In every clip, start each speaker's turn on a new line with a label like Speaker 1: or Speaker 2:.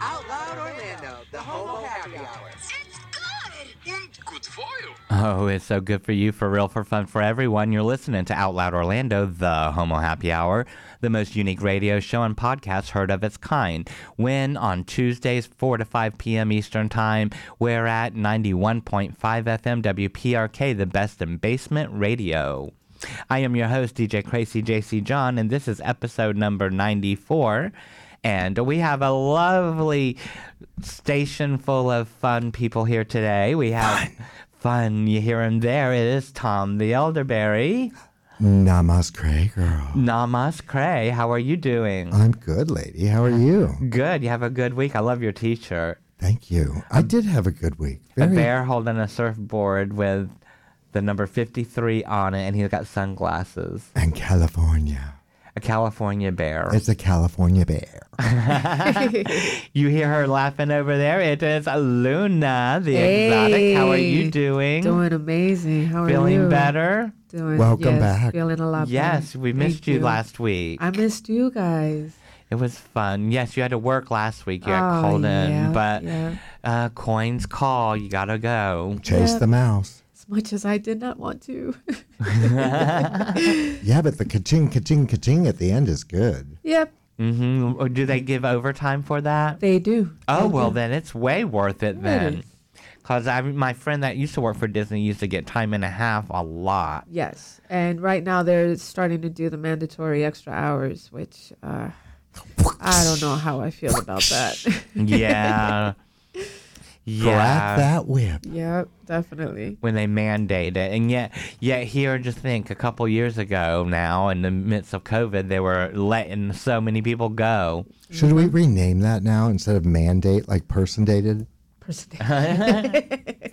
Speaker 1: Out Loud Orlando, the Homo Happy Hour.
Speaker 2: It's good!
Speaker 3: Und gut for you.
Speaker 4: Oh, it's so good for you, for real, for fun, for everyone. You're listening to Out Loud Orlando, the Homo Happy Hour, the most unique radio show and podcast heard of its kind. When on Tuesdays, 4 to 5 p.m. Eastern Time, we're at 91.5 FM WPRK, the best in basement radio. I am your host, DJ Crazy JC John, and this is episode number 94. And we have a lovely station full of fun people here today. We have fun, you here and there. It is Tom the Elderberry.
Speaker 5: Namaste, girl.
Speaker 4: Namaskar. How are you doing?
Speaker 5: I'm good, lady. How are you?
Speaker 4: Good. You have a good week. I love your t shirt.
Speaker 5: Thank you. I did have a good week.
Speaker 4: A
Speaker 5: Very-
Speaker 4: bear holding a surfboard with the number 53 on it, and he's got sunglasses.
Speaker 5: And California.
Speaker 4: A California bear.
Speaker 5: It's a California bear.
Speaker 4: You hear her laughing over there. It is Luna, the exotic. How are you
Speaker 6: Hey,
Speaker 4: doing?
Speaker 6: Doing amazing. How are you?
Speaker 4: Mm-hmm. Feeling better?
Speaker 6: Doing,
Speaker 5: Welcome
Speaker 6: yes,
Speaker 5: back.
Speaker 6: Feeling a lot better.
Speaker 4: Yes, we
Speaker 6: Thank
Speaker 4: missed you last week.
Speaker 6: I missed you guys.
Speaker 4: It was fun. Yes, you had to work last week. You had
Speaker 6: Oh,
Speaker 4: called in,
Speaker 6: yeah,
Speaker 4: but
Speaker 6: yeah.
Speaker 4: uh, coins call. You gotta go.
Speaker 5: Chase
Speaker 6: Yeah.
Speaker 5: the mouse.
Speaker 6: As much as I did not want to.
Speaker 5: Yeah, but the ka-ching, ka-ching, ka-ching at the end is good.
Speaker 6: yep,
Speaker 4: Mm-hmm. Do they give overtime for that?
Speaker 6: they do.
Speaker 4: Oh
Speaker 6: They
Speaker 4: well,
Speaker 6: do.
Speaker 4: then it's way worth it then.
Speaker 6: is.
Speaker 4: Cause I, my friend that used to work for Disney used to get time and a half a lot.
Speaker 6: Yes, and right now they're starting to do the mandatory extra hours, which uh, I don't know how I feel about that.
Speaker 4: Yeah.
Speaker 5: Grab
Speaker 4: yeah.
Speaker 5: that whip.
Speaker 6: yep, definitely.
Speaker 4: when they mandate it. And yet, yet here, just think, a couple years ago now, in the midst of COVID, they were letting so many people go.
Speaker 5: Should we rename that now instead of mandate, like person dated?
Speaker 6: Personality.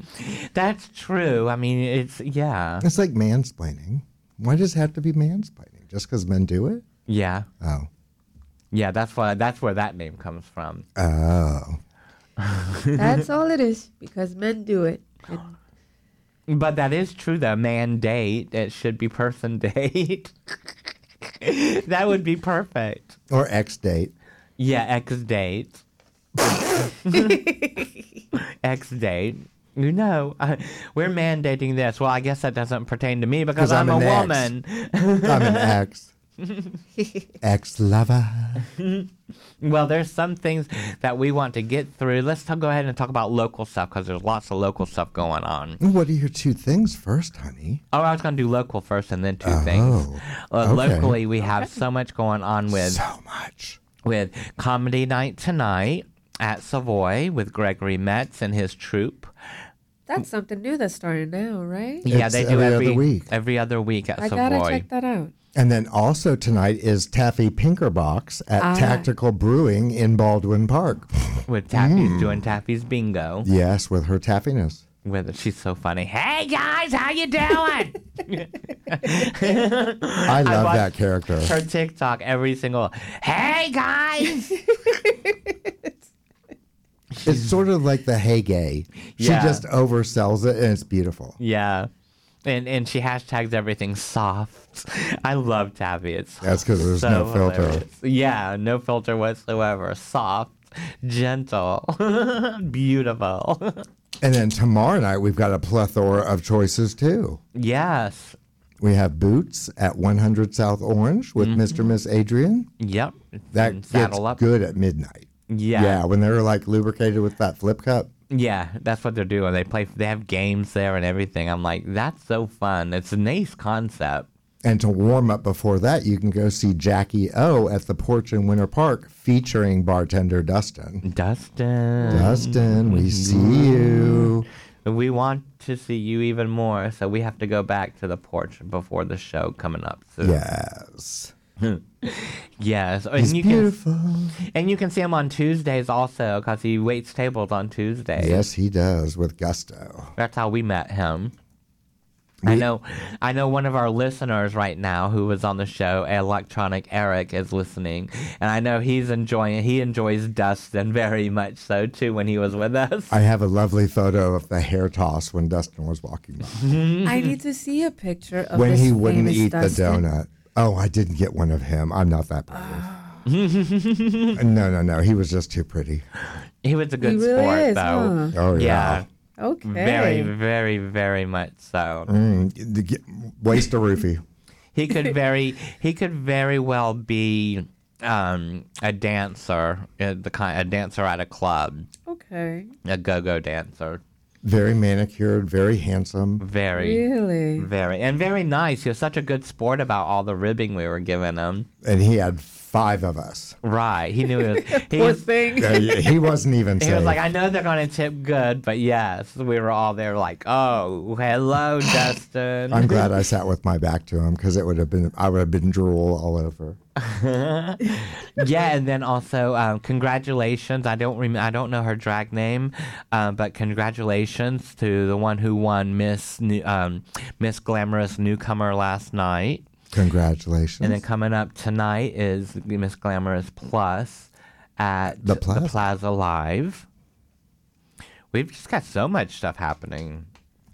Speaker 4: That's true. I mean, it's yeah,
Speaker 5: It's like mansplaining. Why does it have to be mansplaining? Just because men do it?
Speaker 4: yeah,
Speaker 5: Oh.
Speaker 4: yeah. That's why. That's where that name comes from.
Speaker 5: Oh.
Speaker 6: That's all it is because men do it. And
Speaker 4: But that is true. though. mandate. It should be person date. that would be perfect.
Speaker 5: Or ex date.
Speaker 4: Yeah, ex date. ex date. You know, I, we're mandating this. Well, I guess that doesn't pertain to me because
Speaker 5: 'Cause
Speaker 4: I'm,
Speaker 5: I'm
Speaker 4: a
Speaker 5: an ex.
Speaker 4: woman.
Speaker 5: I'm an ex. ex lover.
Speaker 4: Well, there's some things that we want to get through. Let's talk, go ahead and talk about local stuff because there's lots of local stuff going on.
Speaker 5: What are your two things first, honey? Oh,
Speaker 4: Oh, I was going to do local first and then two things. Uh,
Speaker 5: okay.
Speaker 4: Locally, we have so much going on with
Speaker 5: so much.
Speaker 4: with comedy night tonight at Savoy with Gregory Metz and his troupe.
Speaker 6: that's something new that's starting now, right?
Speaker 4: yeah,
Speaker 5: It's
Speaker 4: they do every
Speaker 5: every other week.
Speaker 4: every other week at
Speaker 6: I
Speaker 4: Savoy.
Speaker 6: gotta check that out.
Speaker 5: And then also tonight is Taffy Pinkerbox at
Speaker 4: Ah.
Speaker 5: Tactical Brewing in Baldwin Park.
Speaker 4: with Taffy's
Speaker 5: Mm.
Speaker 4: doing Taffy's bingo.
Speaker 5: yes, with her taffiness.
Speaker 4: With she's so funny. Hey guys, how you doing?
Speaker 5: I love
Speaker 4: watched-
Speaker 5: that character.
Speaker 4: Her TikTok every single. Hey guys.
Speaker 5: It's sort of like the Hey Gay. She
Speaker 4: Yeah.
Speaker 5: just oversells it, and it's beautiful.
Speaker 4: Yeah. And and she hashtags everything soft. I love Taffy. It's
Speaker 5: That's 'cause there's no filter.
Speaker 4: hilarious. Yeah, no filter whatsoever. Soft, gentle, beautiful.
Speaker 5: And then tomorrow night we've got a plethora of choices too.
Speaker 4: yes.
Speaker 5: We have Boots at 100 South Orange
Speaker 4: Mm-hmm.
Speaker 5: with Mr. and Miss Adrian.
Speaker 4: Yep.
Speaker 5: That
Speaker 4: And
Speaker 5: gets good at midnight.
Speaker 4: Yeah.
Speaker 5: Yeah, when they're like lubricated with that flip cup.
Speaker 4: Yeah, that's what they're doing. They play. They have games there and everything. I'm like, that's so fun. It's a nice concept.
Speaker 5: And to warm up before that, you can go see Jackie O at the porch in Winter Park featuring bartender Dustin.
Speaker 4: Dustin, Mm-hmm.
Speaker 5: Dustin, we see you.
Speaker 4: we want to see you even more, so we have to go back to the porch before the show coming up soon.
Speaker 5: Yes.
Speaker 4: Yes, and
Speaker 5: He's
Speaker 4: you
Speaker 5: beautiful.
Speaker 4: can and you can see him on Tuesdays also because he waits tables on Tuesdays.
Speaker 5: Yes, he does with gusto.
Speaker 4: That's how we met him. I know, I know. One of our listeners right now, who was on the show, Electronic Eric, is listening, and I know he's enjoying. He enjoys Dustin very much so too when he was with us.
Speaker 5: I have a lovely photo of the hair toss when Dustin was walking by
Speaker 6: I need to see a picture
Speaker 5: Mm-hmm.
Speaker 6: of
Speaker 5: when
Speaker 6: this
Speaker 5: he wouldn't
Speaker 6: famous
Speaker 5: eat
Speaker 6: Dustin.
Speaker 5: the donut. Oh, I didn't get one of him. I'm not that brave.
Speaker 6: Ah.
Speaker 5: no, no, no. He was just too pretty.
Speaker 4: He was a good
Speaker 6: He really
Speaker 4: sport
Speaker 6: is,
Speaker 4: though.
Speaker 6: huh?
Speaker 5: Oh
Speaker 4: Yeah,
Speaker 5: yeah.
Speaker 6: Okay.
Speaker 4: very, very, very much so.
Speaker 5: Mm, the- get- waste a roofie.
Speaker 4: He could very, he could very well be um, a dancer, uh, the kind, a dancer at a club,
Speaker 6: okay.
Speaker 4: a go-go dancer.
Speaker 5: Very manicured. Very handsome.
Speaker 4: Very.
Speaker 6: Really?
Speaker 4: Very and very nice. He was such a good sport about all the ribbing we were giving him.
Speaker 5: And he had five of us.
Speaker 4: Right. He knew it was, he
Speaker 6: Poor
Speaker 4: was,
Speaker 6: thing.
Speaker 5: Uh, he wasn't even
Speaker 4: he was
Speaker 5: safe.
Speaker 4: like, I know they're gonna tip good, but yes, we were all there like, Oh, hello, Dustin.
Speaker 5: I'm glad I sat with my back to him because it would have been I would have been drool all over.
Speaker 4: yeah, and then also um, congratulations. I don't rem- I don't know her drag name, um, but congratulations to the one who won Miss New- um, Miss Glamorous Newcomer last night.
Speaker 5: Congratulations.
Speaker 4: And then coming up tonight is Miss Glamorous Plus at
Speaker 5: The Plaza?
Speaker 4: Plaza Live. We've just got so much stuff happening.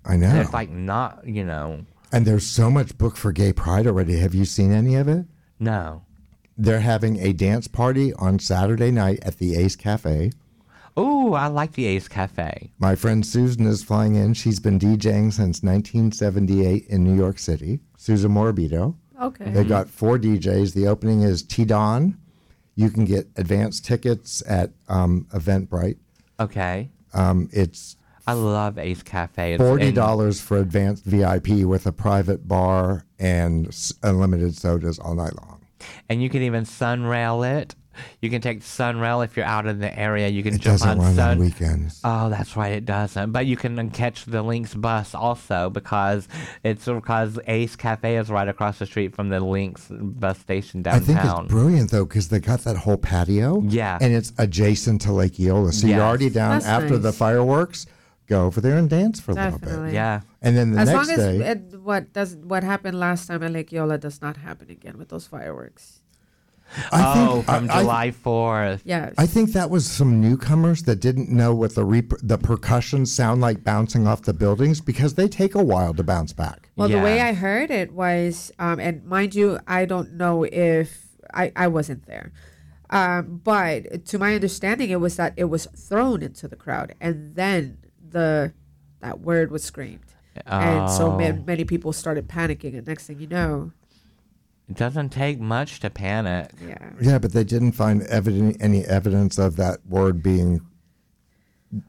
Speaker 5: I know.
Speaker 4: It's like not, you know,
Speaker 5: and there's so much booked for Gay Pride already. Have you seen any of it?
Speaker 4: no.
Speaker 5: They're having a dance party on Saturday night at the Ace Cafe.
Speaker 4: Oh, I like the Ace Cafe.
Speaker 5: My friend Susan is flying in. She's been DJing since 1978 in New York City. Susan Morbido.
Speaker 6: Okay.
Speaker 5: They
Speaker 4: Mm-hmm.
Speaker 5: got four DJs. The opening is T Don. You can get advanced tickets at um, Eventbrite.
Speaker 4: Okay.
Speaker 5: Um, it's
Speaker 4: I love Ace Cafe. It's
Speaker 5: Forty
Speaker 4: in-
Speaker 5: dollars for advanced VIP with a private bar and s- unlimited sodas all night long.
Speaker 4: And you can even sunrail it. You can take sunrail if you're out in the area. You can
Speaker 5: It
Speaker 4: jump
Speaker 5: doesn't
Speaker 4: on
Speaker 5: run
Speaker 4: sun.
Speaker 5: on weekends.
Speaker 4: Oh, that's right, it doesn't. But you can um, catch the Lynx bus also because it's because Ace Cafe is right across the street from the Lynx bus station
Speaker 5: I think
Speaker 4: downtown.
Speaker 5: it's brilliant though because they got that whole patio.
Speaker 4: Yeah.
Speaker 5: and it's adjacent to Lake Eola, so
Speaker 4: Yes.
Speaker 5: you're already down
Speaker 6: That's
Speaker 5: after the
Speaker 6: nice.
Speaker 5: fireworks. Go over there and dance for a little bit,
Speaker 6: Definitely.
Speaker 4: yeah.
Speaker 5: and then the
Speaker 6: As
Speaker 5: next
Speaker 6: long as
Speaker 5: day.
Speaker 6: it, what does what happened last time at Lake Yola does not happen again with those fireworks.
Speaker 5: I think,
Speaker 4: oh, from
Speaker 5: I- I-
Speaker 4: July 4th.
Speaker 6: Yes.
Speaker 5: I think that was some newcomers that didn't know what the re- the percussion sound like bouncing off the buildings because they take a while to bounce back.
Speaker 6: Well, the way
Speaker 4: Yeah.
Speaker 6: I heard it was, um, and mind you, I don't know if I, I wasn't there. Um, but to my understanding, it was that it was thrown into the crowd, and then the that word was screamed, and so ma-
Speaker 4: Oh.
Speaker 6: many people started panicking. And next thing you know,
Speaker 4: It doesn't take much to panic.
Speaker 6: yeah,
Speaker 5: Yeah, but they didn't find evident, any evidence of that word being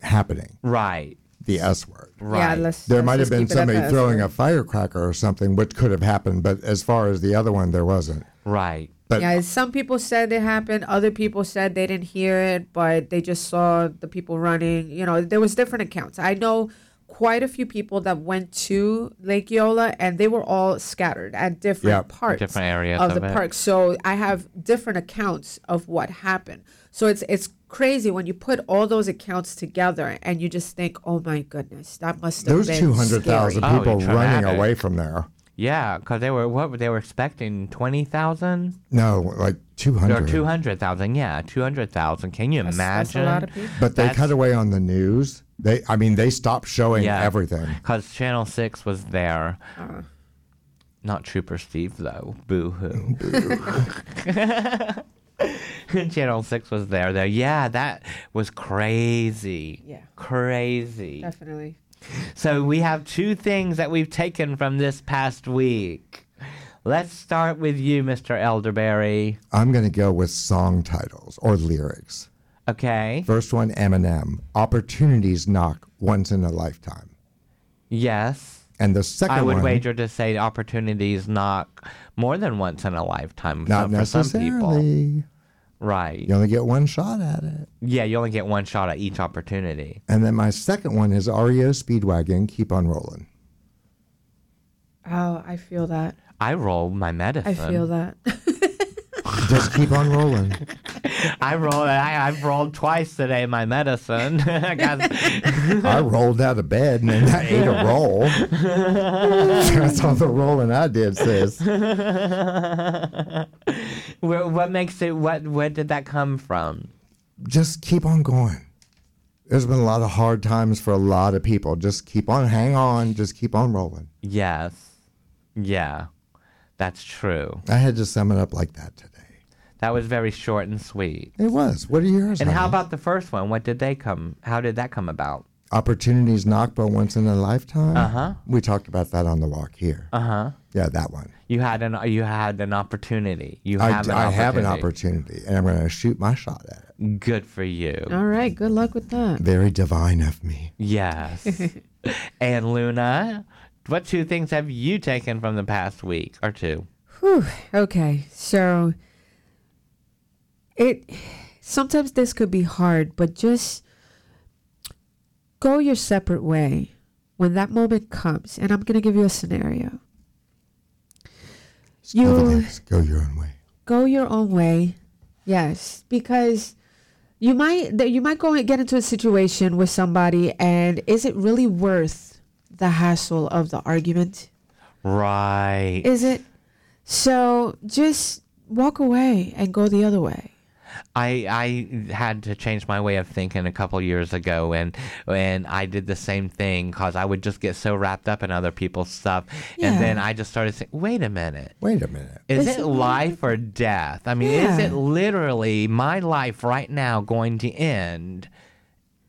Speaker 5: happening,
Speaker 4: Right.
Speaker 5: the S word.
Speaker 6: yeah.
Speaker 4: Right.
Speaker 6: Let's,
Speaker 5: There
Speaker 6: let's
Speaker 5: might have
Speaker 6: just
Speaker 5: been
Speaker 6: keep it at
Speaker 5: somebody
Speaker 6: that.
Speaker 5: throwing a firecracker or something, which could have happened, but as far as the other one, there wasn't.
Speaker 4: Right.
Speaker 5: But
Speaker 6: Yeah, some people said it happened. Other people said they didn't hear it, but they just saw the people running. You know, there was different accounts. I know quite a few people that went to Lake Yola, and they were all scattered at different
Speaker 5: Yeah.
Speaker 6: parts,
Speaker 4: Different areas
Speaker 6: of
Speaker 4: of
Speaker 6: the
Speaker 4: it.
Speaker 6: park. So I have different accounts of what happened. So it's it's crazy when you put all those accounts together, and you just think, oh my goodness, that must have
Speaker 5: there's
Speaker 6: been
Speaker 5: 200,000
Speaker 6: scary."
Speaker 4: Oh,
Speaker 5: people running
Speaker 4: traumatic.
Speaker 5: away from there.
Speaker 4: Yeah, because they were what they were expecting twenty thousand
Speaker 5: No, like
Speaker 4: or
Speaker 5: 200.
Speaker 4: two hundred thousand. Yeah, two hundred thousand. Can you
Speaker 6: That's- that's
Speaker 4: imagine?
Speaker 6: a lot of people.
Speaker 5: But they
Speaker 4: That's-
Speaker 5: cut away on the news. They, I mean, they stopped showing
Speaker 4: Yeah.
Speaker 5: everything.
Speaker 4: Because Channel 6 was there. Not Trooper Steve, though. Boo hoo. Channel 6 was there, though. Yeah, that was crazy.
Speaker 6: Yeah.
Speaker 4: Crazy.
Speaker 6: Definitely.
Speaker 4: So we have two things that we've taken from this past week. Let's start with you, Mr. Elderberry.
Speaker 5: I'm going to go with song titles or lyrics.
Speaker 4: Okay.
Speaker 5: First one, Eminem. Opportunities knock once in a lifetime.
Speaker 4: Yes.
Speaker 5: And the second
Speaker 4: I would
Speaker 5: one,
Speaker 4: wager to say opportunities knock more than once in a lifetime.
Speaker 5: not
Speaker 4: so for some people.
Speaker 5: necessarily.
Speaker 4: Right.
Speaker 5: You only get one shot at it.
Speaker 4: Yeah, you only get one shot at each opportunity.
Speaker 5: And then my second one is REO Speedwagon. Keep on rolling.
Speaker 6: Oh, I feel that.
Speaker 4: I roll my medicine.
Speaker 6: I feel that.
Speaker 5: Just keep on rolling.
Speaker 4: I rolled. I, I've rolled twice today. My medicine. I got-
Speaker 5: I rolled out of bed and then I ate a roll. That's all the rolling I did, sis.
Speaker 4: Where, what makes it? What? Where did that come from?
Speaker 5: Just keep on going. There's been a lot of hard times for a lot of people. Just keep on, hang on, just keep on rolling.
Speaker 4: Yes. Yeah. That's true.
Speaker 5: I had to sum it up like that today.
Speaker 4: That was very short and sweet.
Speaker 5: It was. What are yours?
Speaker 4: And how
Speaker 5: honey?
Speaker 4: about the first one? What did they come? How did that come about?
Speaker 5: opportunities knock but once in a lifetime? Uh
Speaker 4: Uh-huh.
Speaker 5: We talked about that on the walk here.
Speaker 4: Uh huh.
Speaker 5: Yeah, that one.
Speaker 4: You had an you had an opportunity. You
Speaker 5: I,
Speaker 4: have an
Speaker 5: I
Speaker 4: opportunity.
Speaker 5: have an opportunity and I'm going to shoot my shot at it.
Speaker 4: Good for you.
Speaker 6: All right. Good luck with that.
Speaker 5: Very divine of me.
Speaker 4: Yes. and Luna, what two things have you taken from the past week or two?
Speaker 6: Whew, okay, so it sometimes this could be hard, but just go your separate way when that moment comes. And I'm gonna give you a scenario. You
Speaker 5: Everything's go your own way.
Speaker 6: go your own way, yes, because you might that you might go and get into a situation with somebody, and is it really worth the hassle of the argument?
Speaker 4: Right.
Speaker 6: Is it? So just walk away and go the other way.
Speaker 4: I I had to change my way of thinking a couple years ago, and and I did the same thing because I would just get so wrapped up in other people's stuff, and then
Speaker 6: Yeah.
Speaker 4: I just started saying, wait a minute.
Speaker 5: Wait a minute.
Speaker 4: Is
Speaker 6: Is
Speaker 4: it
Speaker 6: it
Speaker 4: life or death? I mean, is
Speaker 6: Yeah.
Speaker 4: it literally my life right now going to end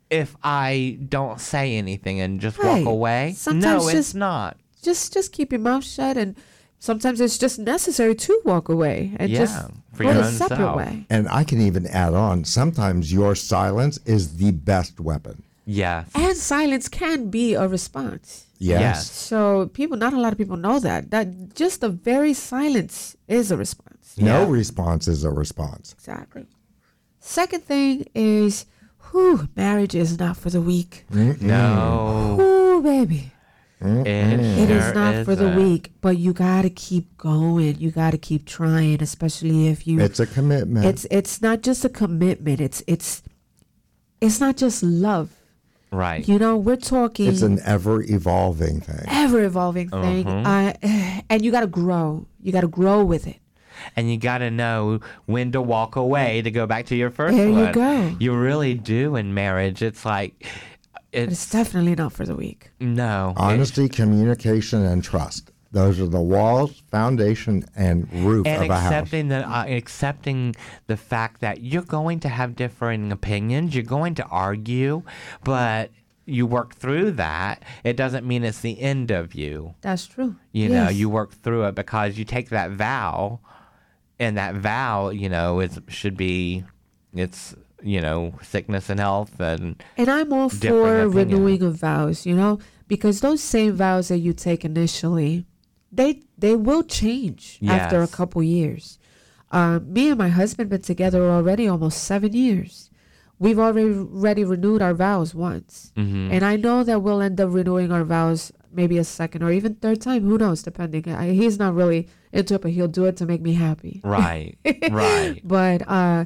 Speaker 4: if I don't say anything and just
Speaker 6: Right.
Speaker 4: walk away?
Speaker 6: Sometimes
Speaker 4: no, it's
Speaker 6: just-
Speaker 4: not.
Speaker 6: Just just keep your mouth shut and sometimes it's just necessary to walk away and
Speaker 4: Yeah,
Speaker 6: just
Speaker 4: for
Speaker 6: go
Speaker 4: your
Speaker 6: a
Speaker 4: own
Speaker 6: separate
Speaker 4: self.
Speaker 6: way.
Speaker 5: And I can even add on sometimes your silence is the best weapon.
Speaker 4: Yes.
Speaker 6: And silence can be a response.
Speaker 5: Yes.
Speaker 6: So people not a lot of people know that. That just the very silence is a response.
Speaker 5: No
Speaker 4: Yeah.
Speaker 5: response is a response.
Speaker 6: Exactly. Second thing is whew, marriage is not for the weak.
Speaker 4: Mm-hmm. No.
Speaker 6: Ooh, baby.
Speaker 4: It,
Speaker 6: It is
Speaker 4: sure
Speaker 6: not for the
Speaker 4: isn't.
Speaker 6: weak, but you got to keep going. You got to keep trying, especially if you.
Speaker 5: It's uh, a commitment.
Speaker 6: it's it's not just a commitment. It's it's it's not just love.
Speaker 4: Right.
Speaker 6: You know, we're talking
Speaker 5: it's an ever evolving thing.
Speaker 6: ever evolving thing,
Speaker 4: Mm-hmm.
Speaker 6: uh, and you got to grow. You got to grow with it.
Speaker 4: and you got to know when to walk away to go back to your first
Speaker 6: There you
Speaker 4: one.
Speaker 6: go.
Speaker 4: You really do in marriage. It's like,
Speaker 6: But
Speaker 4: it's
Speaker 6: it's definitely not for the weak.
Speaker 4: no.
Speaker 5: Honesty, communication, and trust. Those are the walls, foundation, and roof
Speaker 4: and
Speaker 5: of a house.
Speaker 4: accepting the uh, accepting the fact that you're going to have differing opinions, you're going to argue, but you work through that. It doesn't mean it's the end of you.
Speaker 6: That's true.
Speaker 4: You know, you work through it because you take that vow, and that vow, you know, it should be, it's you know, sickness and health and
Speaker 6: And I'm all for
Speaker 4: different opinion.
Speaker 6: renewing of vows, you know, because those same vows that you take initially, they they will change after a
Speaker 4: Yes.
Speaker 6: couple years. Um, me and my husband been together already almost seven years. We've already already renewed our vows once,
Speaker 4: Mm-hmm.
Speaker 6: and I know that we'll end up renewing our vows maybe a second or even third time. Who knows? Depending, I, he's not really into it, but he'll do it to make me happy.
Speaker 4: right, right.
Speaker 6: But uh,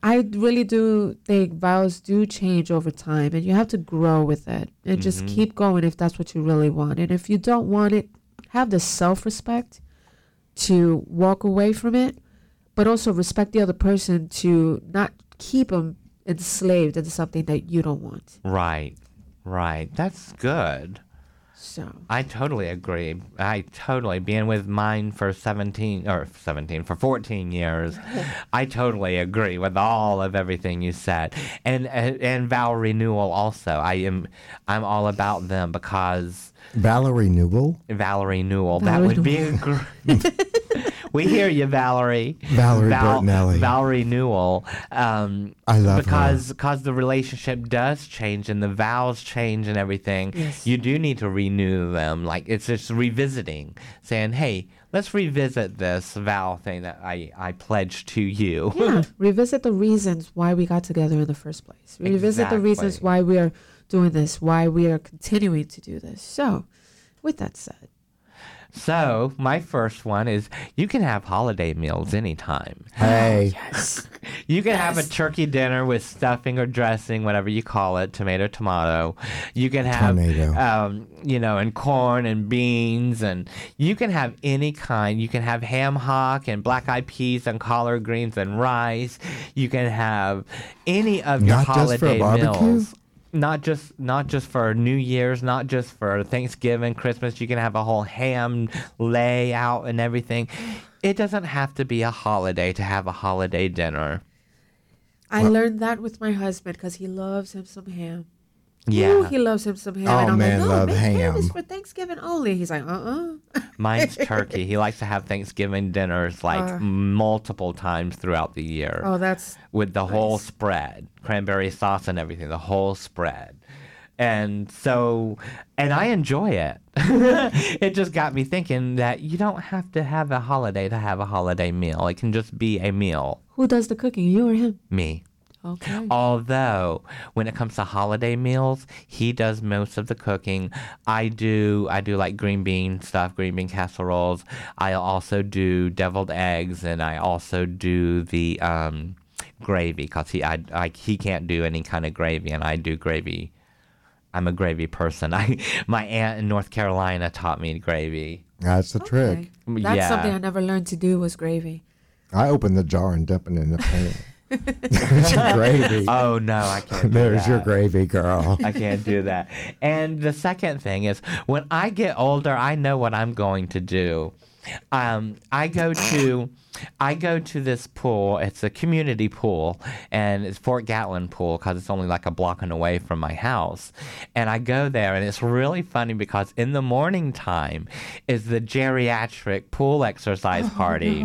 Speaker 6: I really do think vows do change over time, and you have to grow with it and just keep going if that's what you really want. And if you don't want it, have the self respect to walk away from it, but also respect the other person to not keep them enslaved into something that you don't want.
Speaker 4: Right. Right. That's good.
Speaker 6: So,
Speaker 4: I totally agree. I totally being with mine for 17 or 17 for 14 years. I totally agree with all of everything you said. And and, and vow renewal also. I am I'm all about them because
Speaker 5: Valerie Newell.
Speaker 4: Valerie Newell. that
Speaker 6: Valerie
Speaker 4: would be a great. we hear you, Valerie.
Speaker 5: Valerie Bertinelli.
Speaker 4: Valerie Newell. Um,
Speaker 5: I love her.
Speaker 4: because because the relationship does change and the vows change and everything.
Speaker 6: Yes.
Speaker 4: You do need to renew them. Like it's just revisiting, saying, "Hey, let's revisit this vow thing that I I pledged to you."
Speaker 6: yeah, revisit the reasons why we got together in the first place. Revisit the reasons
Speaker 4: Exactly.
Speaker 6: why we are doing this, why we are continuing to do this. So, with that said,
Speaker 4: So, my first one is you can have holiday meals anytime.
Speaker 6: Oh,
Speaker 5: Hey,
Speaker 6: Yes.
Speaker 4: You can have a turkey dinner with stuffing or dressing, whatever you call it, tomato, tomato. You can have,
Speaker 5: Tomato.
Speaker 4: Um, you know, and corn and beans, and you can have any kind. You can have ham hock and black eyed peas and collard greens and rice. You can have any of your
Speaker 5: Not just for
Speaker 4: holiday
Speaker 5: a barbecue?
Speaker 4: meals. Not just not just for New Year's, not just for Thanksgiving, Christmas. You can have a whole ham layout and everything. It doesn't have to be a holiday to have a holiday dinner.
Speaker 6: I learned that with my husband because he loves him some ham.
Speaker 4: Yeah.
Speaker 6: Ooh, he loves him some ham.
Speaker 5: Oh,
Speaker 6: and I'm
Speaker 5: man,
Speaker 6: like, no,
Speaker 5: love
Speaker 6: make ham. is
Speaker 5: ham.
Speaker 6: for Thanksgiving only. He's like, uh uh
Speaker 4: Mine's turkey. He likes to have Thanksgiving dinners like multiple times throughout the year
Speaker 6: Oh, that's
Speaker 4: with the whole spread, cranberry sauce and everything, the whole spread. And so, and I enjoy it. it just got me thinking that you don't have to have a holiday to have a holiday meal. It can just be a meal.
Speaker 6: who does the cooking, you or him?
Speaker 4: Me.
Speaker 6: Okay.
Speaker 4: Although, when it comes to holiday meals, he does most of the cooking. I do. I do like green bean stuff, green bean casseroles. I also do deviled eggs, and I also do the um, gravy because he I, I he can't do any kind of gravy, and I do gravy. I'm a gravy person. I my aunt in North Carolina taught me gravy.
Speaker 5: that's the trick.
Speaker 6: Okay. That's
Speaker 4: Yeah.
Speaker 6: something I never learned to do was gravy.
Speaker 5: I open the jar and dip it in the pan. There's your gravy.
Speaker 4: Oh no, I can't. do
Speaker 5: There's your
Speaker 4: that.
Speaker 5: gravy, girl.
Speaker 4: I can't do that. And the second thing is, when I get older, I know what I'm going to do. Um, I go to, I go to this pool. It's a community pool, and it's Fort Gatlin pool because it's only like a block and away from my house. And I go there, and it's really funny because in the morning time is the geriatric pool exercise party,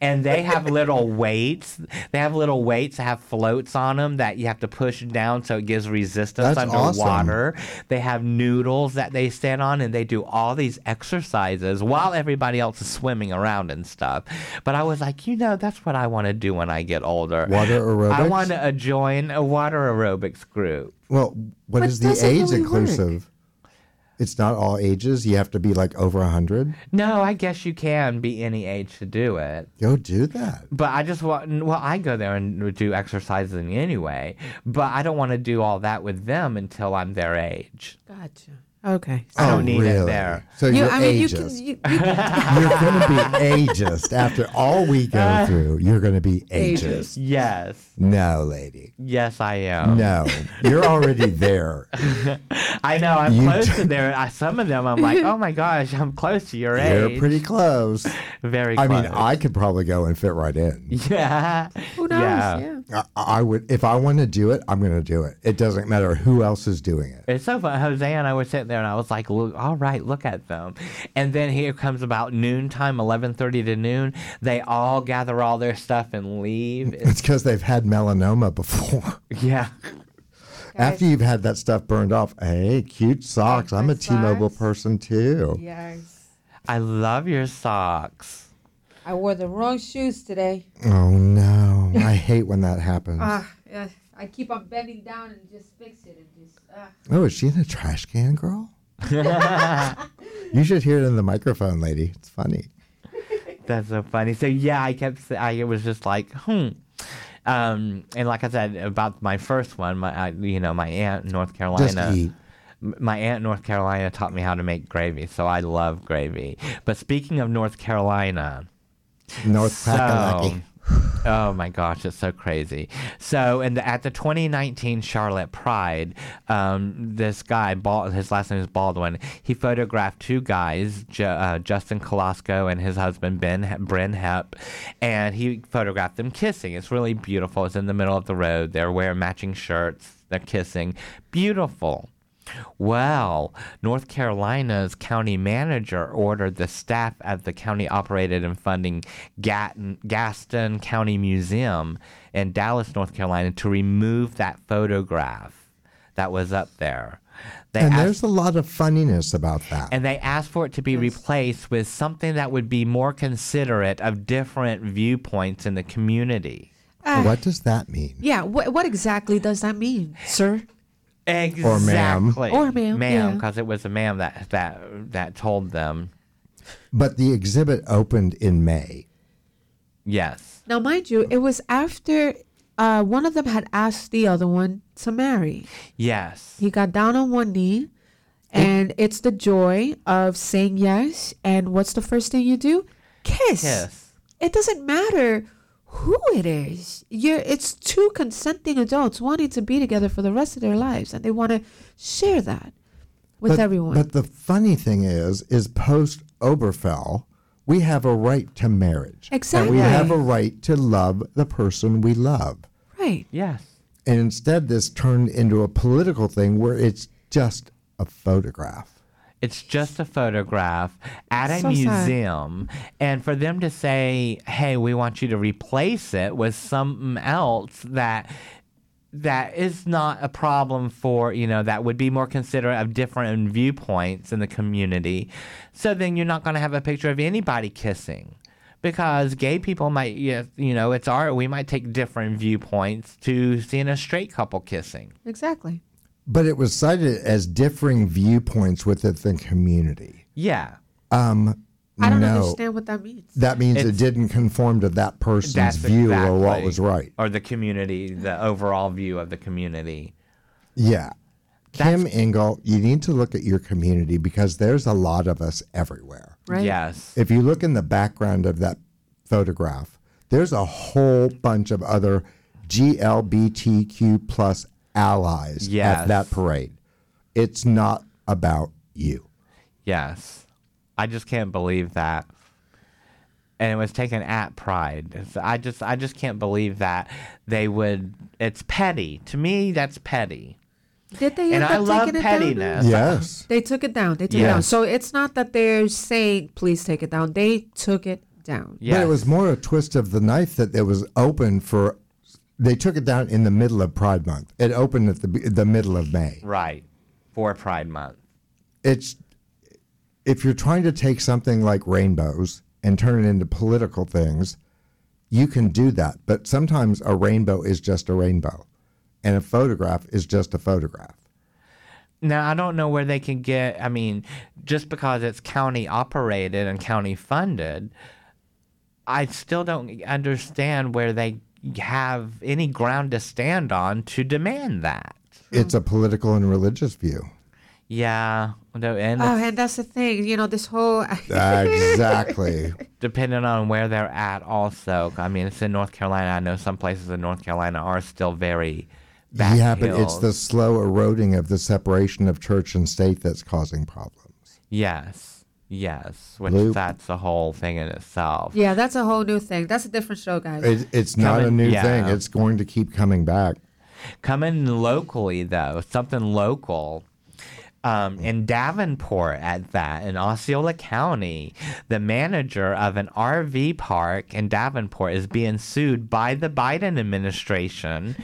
Speaker 4: and they have little weights. They have little weights that have floats on them that you have to push down so it gives resistance
Speaker 5: That's awesome.
Speaker 4: underwater. They have noodles that they stand on and they do all these exercises while everybody else is swimming around and stuff. But I was like, you know, that's what I want to do when I get older.
Speaker 5: Water
Speaker 4: I
Speaker 5: aerobics?
Speaker 4: want to join a water aerobics group.
Speaker 5: Well, what
Speaker 6: But
Speaker 5: is the
Speaker 6: doesn't
Speaker 5: age
Speaker 6: really work.
Speaker 5: inclusive? It's not all ages. You have to be like over 100.
Speaker 4: No, I guess you can be any age to do it.
Speaker 5: Go do that.
Speaker 4: But I just want, well, I go there and do exercising anyway, but I don't want to do all that with them until I'm their age.
Speaker 6: Gotcha. Okay.
Speaker 4: I don't
Speaker 5: Oh,
Speaker 4: need it
Speaker 5: really?
Speaker 4: there.
Speaker 5: So
Speaker 6: You,
Speaker 5: you're
Speaker 6: I mean, you can.
Speaker 5: ageist.
Speaker 6: You, you can
Speaker 5: You, are going to be ageist after all we go
Speaker 6: Ah.
Speaker 5: through. You're going to be ageist.
Speaker 4: Yes.
Speaker 5: No, lady.
Speaker 4: Yes, I am.
Speaker 5: No, you're already there.
Speaker 4: I know I'm
Speaker 5: You
Speaker 4: close
Speaker 5: t-
Speaker 4: to their. I, some of them I'm like, oh my gosh, I'm close to your age.
Speaker 5: You're pretty close.
Speaker 4: Very.
Speaker 5: I
Speaker 4: Close.
Speaker 5: mean, I could probably go and fit right in.
Speaker 4: Yeah.
Speaker 6: who knows? Yeah.
Speaker 4: Yeah.
Speaker 5: I, I would, if I want to do it, I'm going to do it. It doesn't matter who else is doing it.
Speaker 4: It's so fun. Jose and I were sitting there, and I was like, "Look, all right, look at them." And then here comes about noontime, eleven thirty to noon. They all gather all their stuff and leave. It's-
Speaker 5: It's because they've had melanoma before.
Speaker 4: yeah.
Speaker 5: After you've had that stuff burned off, hey, cute socks. I'm a
Speaker 6: Cute
Speaker 5: T-Mobile
Speaker 6: socks.
Speaker 5: person too.
Speaker 6: Yes.
Speaker 4: I love your socks.
Speaker 6: I wore the wrong shoes today.
Speaker 5: Oh no, I hate when that happens.
Speaker 6: Ah, yeah. I keep on bending down and just fix it and just. ah.
Speaker 5: oh, is she in a trash can, girl? you should hear it in the microphone, lady. It's funny.
Speaker 4: That's so funny. So yeah, I kept. s- I was just like, hmm. Um, and like I said about my first one, my I, you know my aunt in North Carolina.
Speaker 5: Just eat.
Speaker 4: M- my aunt in North Carolina taught me how to make gravy, so I love gravy. But speaking of North Carolina,
Speaker 5: North
Speaker 4: so,
Speaker 5: Kakalaki.
Speaker 4: oh my gosh, it's so crazy. So, in the, at the 2019 Charlotte Pride, um, this guy, Bal- his last name is Baldwin, he photographed two guys, Ju- uh, Justin Colasco and his husband, Ben he- Bryn Hep, and he photographed them kissing. It's really beautiful. It's in the middle of the road. They're wearing matching shirts, they're kissing. Beautiful. Well, North Carolina's county manager ordered the staff at the county operated and funding Gatton, Gaston County Museum in Dallas, North Carolina, to remove that photograph that was up there. They
Speaker 5: And
Speaker 4: asked
Speaker 5: there's a lot of funniness about that.
Speaker 4: and they asked for it to be replaced with something that would be more considerate of different viewpoints in the community.
Speaker 5: what does that mean?
Speaker 6: Yeah. What, what exactly does that mean, sir?
Speaker 4: Exactly.
Speaker 5: ma'am.
Speaker 6: Or ma'am, yeah.
Speaker 4: because it was a ma'am that that that told them.
Speaker 5: But the exhibit opened in May.
Speaker 4: Yes.
Speaker 6: Now, mind you, it was after uh, one of them had asked the other one to marry.
Speaker 4: Yes.
Speaker 6: He got down on one knee, and it's the joy of saying yes. And what's the first thing you do? Kiss.
Speaker 4: Kiss.
Speaker 6: It doesn't matter who it is. You're, it's two consenting adults wanting to be together for the rest of their lives, and they want to share that with
Speaker 5: but,
Speaker 6: everyone.
Speaker 5: But the funny thing is, is post Oberfell, we have a right to marriage. And
Speaker 6: Exactly.
Speaker 5: we have a right to love the person we love.
Speaker 6: right.
Speaker 4: Yes.
Speaker 5: And instead, this turned into a political thing where it's just a photograph.
Speaker 4: It's just a photograph at a
Speaker 6: So sad.
Speaker 4: museum. And for them to say, hey, we want you to replace it with something else that that is not a problem for, you know, that would be more considerate of different viewpoints in the community. So then you're not going to have a picture of anybody kissing. Because gay people might, you you know, it's art. We might take different viewpoints to seeing a straight couple kissing.
Speaker 6: Exactly.
Speaker 5: But it was cited as differing viewpoints within the community.
Speaker 4: Yeah.
Speaker 6: I don't
Speaker 5: no,
Speaker 6: understand what that means.
Speaker 5: That means it
Speaker 4: It's-
Speaker 5: didn't conform to that person's
Speaker 4: That's
Speaker 5: view or what
Speaker 4: exactly-
Speaker 5: was right.
Speaker 4: or the community, the overall view of the community.
Speaker 5: Yeah. Kim Engel, you need to look at your community because there's a lot of us everywhere.
Speaker 6: right?
Speaker 4: Yes.
Speaker 5: If you look in the background of that photograph, there's a whole bunch of other GLBTQ plus allies
Speaker 4: Yes.
Speaker 5: at that parade. It's not about you.
Speaker 4: Yes. I just can't believe that. And it was taken at Pride. It's- I just I just can't believe that they would it's petty. To me that's petty.
Speaker 6: Did they end
Speaker 4: And
Speaker 6: up
Speaker 4: I love
Speaker 6: taking it down?
Speaker 4: pettiness.
Speaker 5: Yes.
Speaker 6: They took it down. They took it
Speaker 5: Yeah.
Speaker 6: down. So it's not that they're saying, please take it down. They took it down.
Speaker 4: Yes.
Speaker 5: But it was more a twist of the knife that it was open for. They took it down in the middle of Pride Month. It opened at the be- the middle of May.
Speaker 4: right for Pride month.
Speaker 5: It's if you're trying to take something like rainbows and turn it into political things, you can do that. But sometimes a rainbow is just a rainbow, and a photograph is just a photograph.
Speaker 4: Now I don't know where they can get I mean just because it's county operated and county funded I still don't understand where they have any ground to stand on to demand that.
Speaker 5: It's a political and religious view.
Speaker 4: Yeah, no, and
Speaker 6: Oh, and that's the thing. You know, this whole.
Speaker 5: exactly.
Speaker 4: depending on where they're at, also. I mean, it's in North Carolina. I know some places in North Carolina are still very. Back
Speaker 5: yeah, but it's
Speaker 4: hills.
Speaker 5: the slow eroding of the separation of church and state that's causing problems.
Speaker 4: Yes, yes, which
Speaker 5: Loop.
Speaker 4: that's a whole thing in itself.
Speaker 6: yeah, that's a whole new thing. That's a different show, guys.
Speaker 5: It, it's not a
Speaker 4: Coming-
Speaker 5: new
Speaker 4: yeah.
Speaker 5: thing. It's going to keep coming back.
Speaker 4: Coming locally, though, something local. Um, in Davenport, at that, in Osceola County, the manager of an RV park in Davenport is being sued by the Biden administration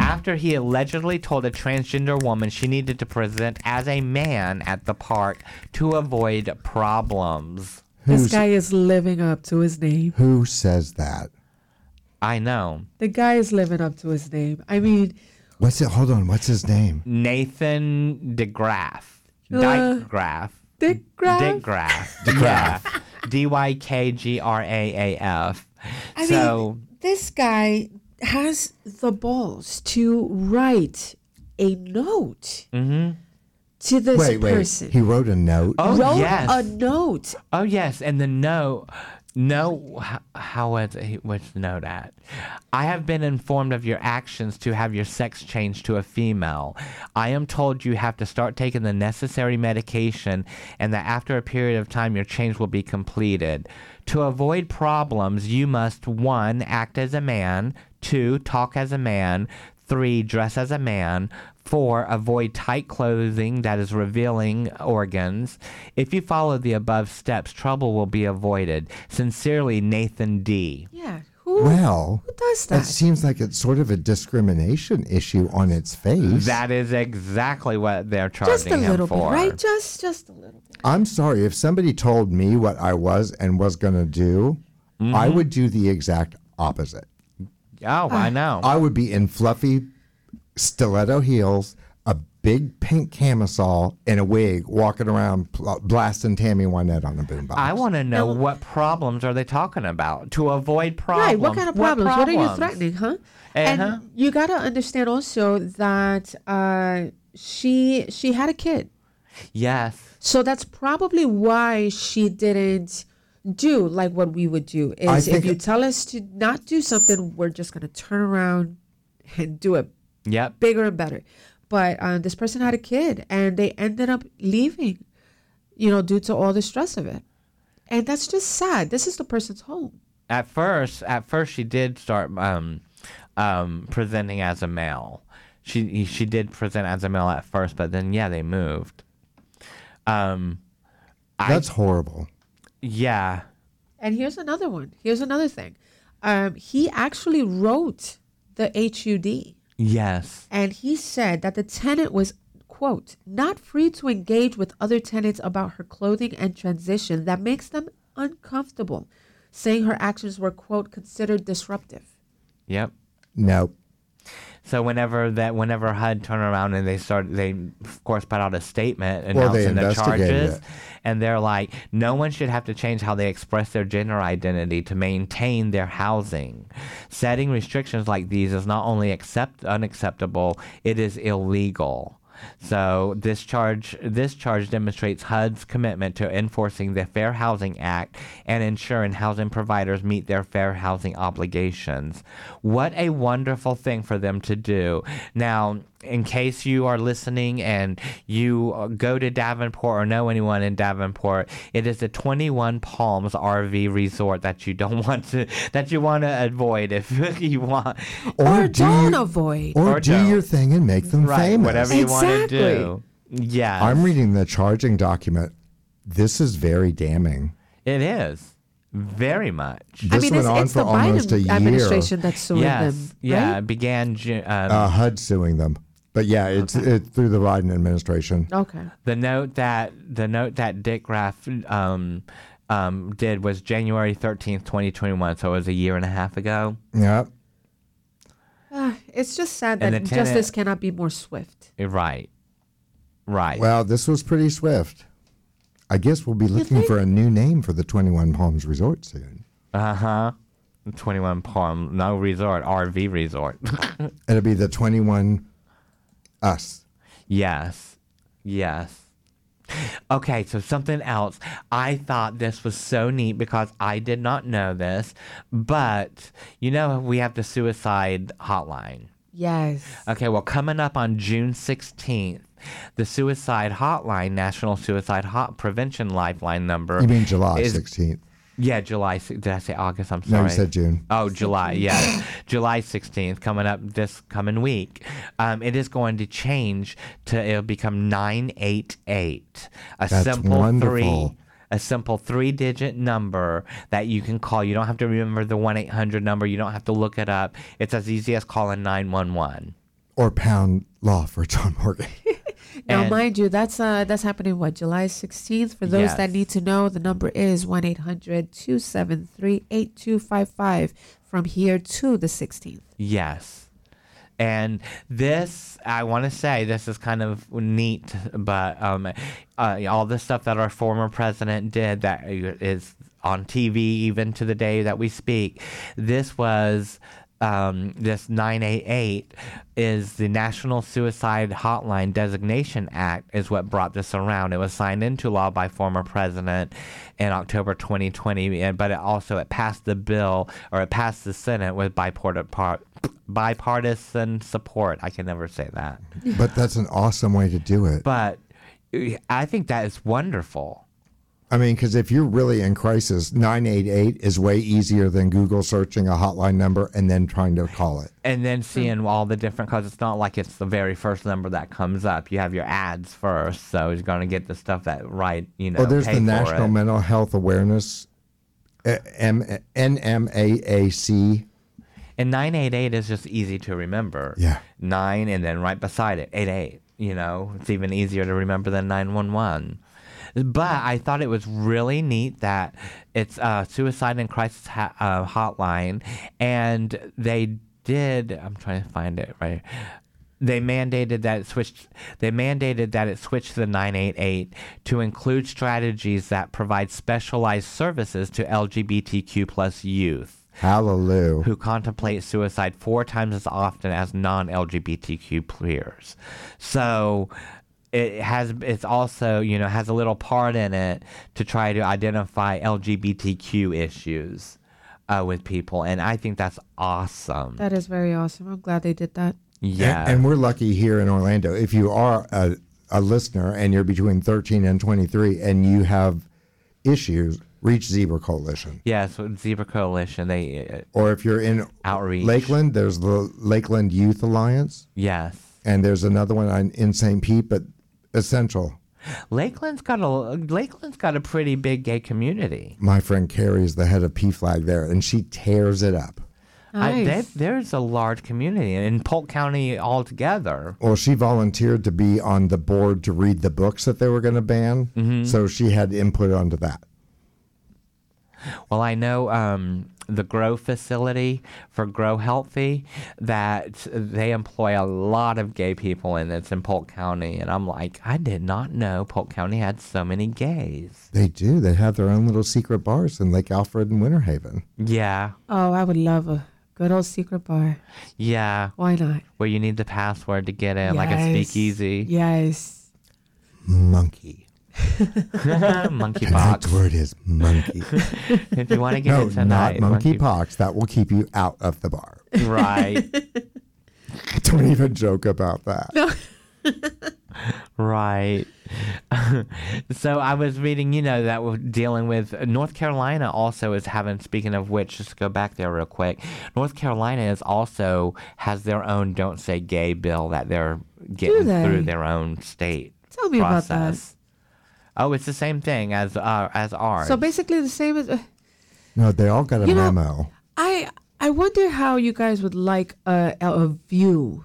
Speaker 4: after he allegedly told a transgender woman she needed to present as a man at the park to avoid problems.
Speaker 6: this guy is living up to his name.
Speaker 5: Who says that?
Speaker 4: I know.
Speaker 6: The guy is living up to his name. I mean,
Speaker 5: What's it? Hold on. What's his name?
Speaker 4: Nathan DeGraff. Dyke Graff.
Speaker 6: Dick Graf.
Speaker 4: Dick Graff. yeah. D Y K G R A A F.
Speaker 6: I
Speaker 4: So,
Speaker 6: mean, this guy has the balls to write a note
Speaker 4: Mm-hmm.
Speaker 6: to this
Speaker 5: Wait, wait.
Speaker 6: person.
Speaker 5: He wrote a note.
Speaker 4: oh,
Speaker 6: Wrote
Speaker 4: yes.
Speaker 6: a note.
Speaker 4: oh, yes. And the note, no, how, how was it? Which note at? I have been informed of your actions to have your sex changed to a female. I am told you have to start taking the necessary medication and that after a period of time, your change will be completed. To avoid problems, you must one, act as a man, two, talk as a man, Three, dress as a man. Four, avoid tight clothing that is revealing organs. If you follow the above steps, trouble will be avoided. Sincerely, Nathan D.
Speaker 6: Yeah. Who,
Speaker 5: well,
Speaker 6: who does
Speaker 5: that
Speaker 6: that?
Speaker 5: seems like it's sort of a discrimination issue on its face.
Speaker 4: That is exactly what they're charging
Speaker 6: just a
Speaker 4: him
Speaker 6: little bit,
Speaker 4: for.
Speaker 6: right? Just just a little bit.
Speaker 5: I'm sorry. If somebody told me what I was and was going to do, I
Speaker 4: Mm-hmm.
Speaker 5: would do the exact opposite.
Speaker 6: Uh,
Speaker 4: Oh, I know.
Speaker 5: I would be in fluffy stiletto heels, a big pink camisole and a wig walking around pl- blasting Tammy Wynette on the boombox.
Speaker 4: I want to know what problems are they talking about to avoid problems.
Speaker 6: Right. What kind of problems? What, are you
Speaker 4: problems?
Speaker 6: threatening, huh?
Speaker 4: Uh-huh.
Speaker 6: And you gotta understand also that uh, she she had a kid,
Speaker 4: Yes.
Speaker 6: so that's probably why she didn't do like what we would do.
Speaker 5: I
Speaker 6: Is
Speaker 5: think-
Speaker 6: if you tell us to not do something, we're just gonna turn around and do it
Speaker 4: Yep.
Speaker 6: bigger and better. But uh, this person had a kid, and they ended up leaving, you know, due to all the stress of it, and that's just sad. This is the person's home.
Speaker 4: At first, at first she did start um, um, presenting as a male. She she did present as a male at first, but then yeah, they moved. Um,
Speaker 5: That's horrible.
Speaker 4: yeah.
Speaker 6: And here's another one. Here's another thing. Um, he actually wrote the HUD,
Speaker 4: Yes.
Speaker 6: and he said that the tenant was quote not free to engage with other tenants about her clothing and transition that makes them uncomfortable, saying her actions were quote considered disruptive.
Speaker 4: Yep.
Speaker 5: No.
Speaker 4: So whenever that, whenever HUD turned around and they started, they of course put out a statement
Speaker 5: Well, they
Speaker 4: announcing the
Speaker 5: investigated
Speaker 4: charges,
Speaker 5: it.
Speaker 4: and they're like, no one should have to change how they express their gender identity to maintain their housing. Setting restrictions like these is not only accept unacceptable, it is illegal. So this charge this charge demonstrates HUD's commitment to enforcing the Fair Housing Act and ensuring housing providers meet their fair housing obligations. What a wonderful thing for them to do. Now, in case you are listening and you uh, go to Davenport or know anyone in Davenport, it is the 21 Palms RV resort that you don't want to that you want to avoid if you want
Speaker 6: Or,
Speaker 5: do
Speaker 6: don't
Speaker 5: you-
Speaker 6: avoid.
Speaker 5: Or,
Speaker 4: Or
Speaker 5: do
Speaker 4: don't.
Speaker 5: your thing and make them
Speaker 4: right
Speaker 5: famous.
Speaker 4: whatever you want
Speaker 6: Exactly.
Speaker 4: to do. Yes.
Speaker 5: I'm reading the charging document. This is very damning.
Speaker 4: It is very much.
Speaker 5: This
Speaker 6: I mean,
Speaker 5: went
Speaker 6: it's,
Speaker 5: on
Speaker 6: it's
Speaker 5: for
Speaker 6: the
Speaker 5: almost a
Speaker 6: Biden
Speaker 5: year.
Speaker 6: administration that's suing
Speaker 4: yes,
Speaker 6: them.
Speaker 4: yeah,
Speaker 6: Right?
Speaker 4: it began Ju- um,
Speaker 5: Uh, HUD suing them, but yeah, it's it's through the Biden administration.
Speaker 6: Okay.
Speaker 4: the note that the note that Dick Graff um, um, did was January thirteenth, twenty twenty one. So it was a year and a half ago.
Speaker 5: Yep.
Speaker 6: Ah, it's just sad that
Speaker 4: And the tenant-
Speaker 6: justice cannot be more swift.
Speaker 4: Eh, Right, right.
Speaker 5: Well, this was pretty swift. I guess we'll be looking for a new name for the Twenty One Palms Resort soon.
Speaker 4: uh huh. Twenty one Palm No Resort RV Resort.
Speaker 5: It'll be the Twenty One Us.
Speaker 4: Yes. Yes. Okay, so something else. I thought this was so neat because I did not know this, but you know, we have the suicide hotline.
Speaker 6: Yes.
Speaker 4: Okay, well, coming up on June 16th, the Suicide Hotline, National Suicide Hot Prevention Lifeline number.
Speaker 5: You mean July
Speaker 4: is-
Speaker 5: sixteenth?
Speaker 4: Yeah, July. si- Did I say August? I'm
Speaker 5: No,
Speaker 4: sorry.
Speaker 5: you said June.
Speaker 6: Uh,
Speaker 4: Oh, July, yeah. July 16th, coming up this coming week. Um, it is going to change to, it'll become 988. A
Speaker 5: That's
Speaker 4: simple three.
Speaker 5: wonderful.
Speaker 4: A simple three digit number that you can call. You don't have to remember the 1 800 number. You don't have to look it up. It's as easy as calling 911.
Speaker 5: Or pound law for John Morgan.
Speaker 6: Now,
Speaker 4: And-
Speaker 6: mind you, that's uh, that's happening what July 16th. For those that
Speaker 4: Yes.
Speaker 6: need to know, the number is 1 800 273 8255 from here to the 16th.
Speaker 4: Yes. And this, I want to say, this is kind of neat, but um, uh, all the stuff that our former president did that is on TV even to the day that we speak, this was. Um, this 988 is the National Suicide Hotline Designation Act, is what brought this around. It was signed into law by former president in October 2020, and- but it also it passed the bill or it passed the Senate with bipartisan bipartisan support. I can never say that.
Speaker 5: but that's an awesome way to do it.
Speaker 4: But uh, I think that is wonderful.
Speaker 5: I mean, because if you're really in crisis, 988 is way easier than Google searching a hotline number and then trying to call it.
Speaker 4: And then seeing all the different, because it's not like it's the very first number that comes up. You have your ads first, so you're going to get the stuff that right, you know.
Speaker 5: Well, Oh, there's
Speaker 4: pay
Speaker 5: the
Speaker 4: for
Speaker 5: National
Speaker 4: it.
Speaker 5: Mental Health Awareness, uh, M- NMAAC.
Speaker 4: And 988 is just easy to remember.
Speaker 5: Yeah.
Speaker 4: Nine, and then right beside it, 88. You know, it's even easier to remember than 911. But I thought it was really neat that it's a suicide and crisis ha- uh, hotline, and they did. I'm trying to find it right. they mandated that it switched they mandated that it switch to the 988 to include strategies that provide specialized services to LGBTQ plus youth
Speaker 5: Hallelujah.
Speaker 4: who contemplate suicide four times as often as non-LGBTQ peers. So it has it's also, you know, has a little part in it to try to identify LGBTQ issues uh, with people and I think that's awesome.
Speaker 6: That is very awesome. I'm glad they did that.
Speaker 4: yeah.
Speaker 5: And, and we're lucky here in Orlando. If you are a, a listener and you're between 13 and 23 and you have issues, reach Zebra Coalition.
Speaker 4: Yes, with Zebra Coalition. They uh,
Speaker 5: Or if you're in
Speaker 4: Outreach.
Speaker 5: Lakeland, there's the Lakeland Youth Alliance,
Speaker 4: yes.
Speaker 5: and there's another one on- in St. Pete, but Essential.
Speaker 4: Lakeland's got a Lakeland's got a pretty big gay community.
Speaker 5: My friend Carrie is the head of P Flag there, and she tears it up.
Speaker 4: I,
Speaker 6: Nice.
Speaker 4: they, there's a large community in Polk County altogether.
Speaker 5: Well, she volunteered to be on the board to read the books that they were going to ban, so she had input onto that.
Speaker 4: Well, I know um, the Grow facility for Grow Healthy that they employ a lot of gay people, and it's in Polk County. And I'm like, I did not know Polk County had so many gays.
Speaker 5: They do. They have their own little secret bars in Lake Alfred and Winter Haven.
Speaker 4: Yeah,
Speaker 6: Oh, I would love a good old secret bar.
Speaker 4: yeah.
Speaker 6: Why not?
Speaker 4: Where you need the password to get in, like a
Speaker 6: Yes.
Speaker 4: speakeasy,
Speaker 6: Yes.
Speaker 5: Monkey.
Speaker 4: monkey
Speaker 5: Tonight's
Speaker 4: box.
Speaker 5: word is monkey.
Speaker 4: If you want to get
Speaker 5: no,
Speaker 4: it tonight,
Speaker 5: not monkey pox. That will keep you out of the bar.
Speaker 4: Right.
Speaker 5: Don't even joke about that.
Speaker 4: Right. so I was reading, you know, that we're dealing with uh, North Carolina also is having, speaking of which, just go back there real quick. North Carolina is also has their own Don't Say Gay bill that they're getting
Speaker 6: they?
Speaker 4: through their own state
Speaker 6: Tell me about that.
Speaker 4: process. Oh, it's the same thing as uh, as ours.
Speaker 6: So basically, the same as uh,
Speaker 5: No, they all got a
Speaker 6: You know-
Speaker 5: memo.
Speaker 6: I. I wonder how you guys would like a, a view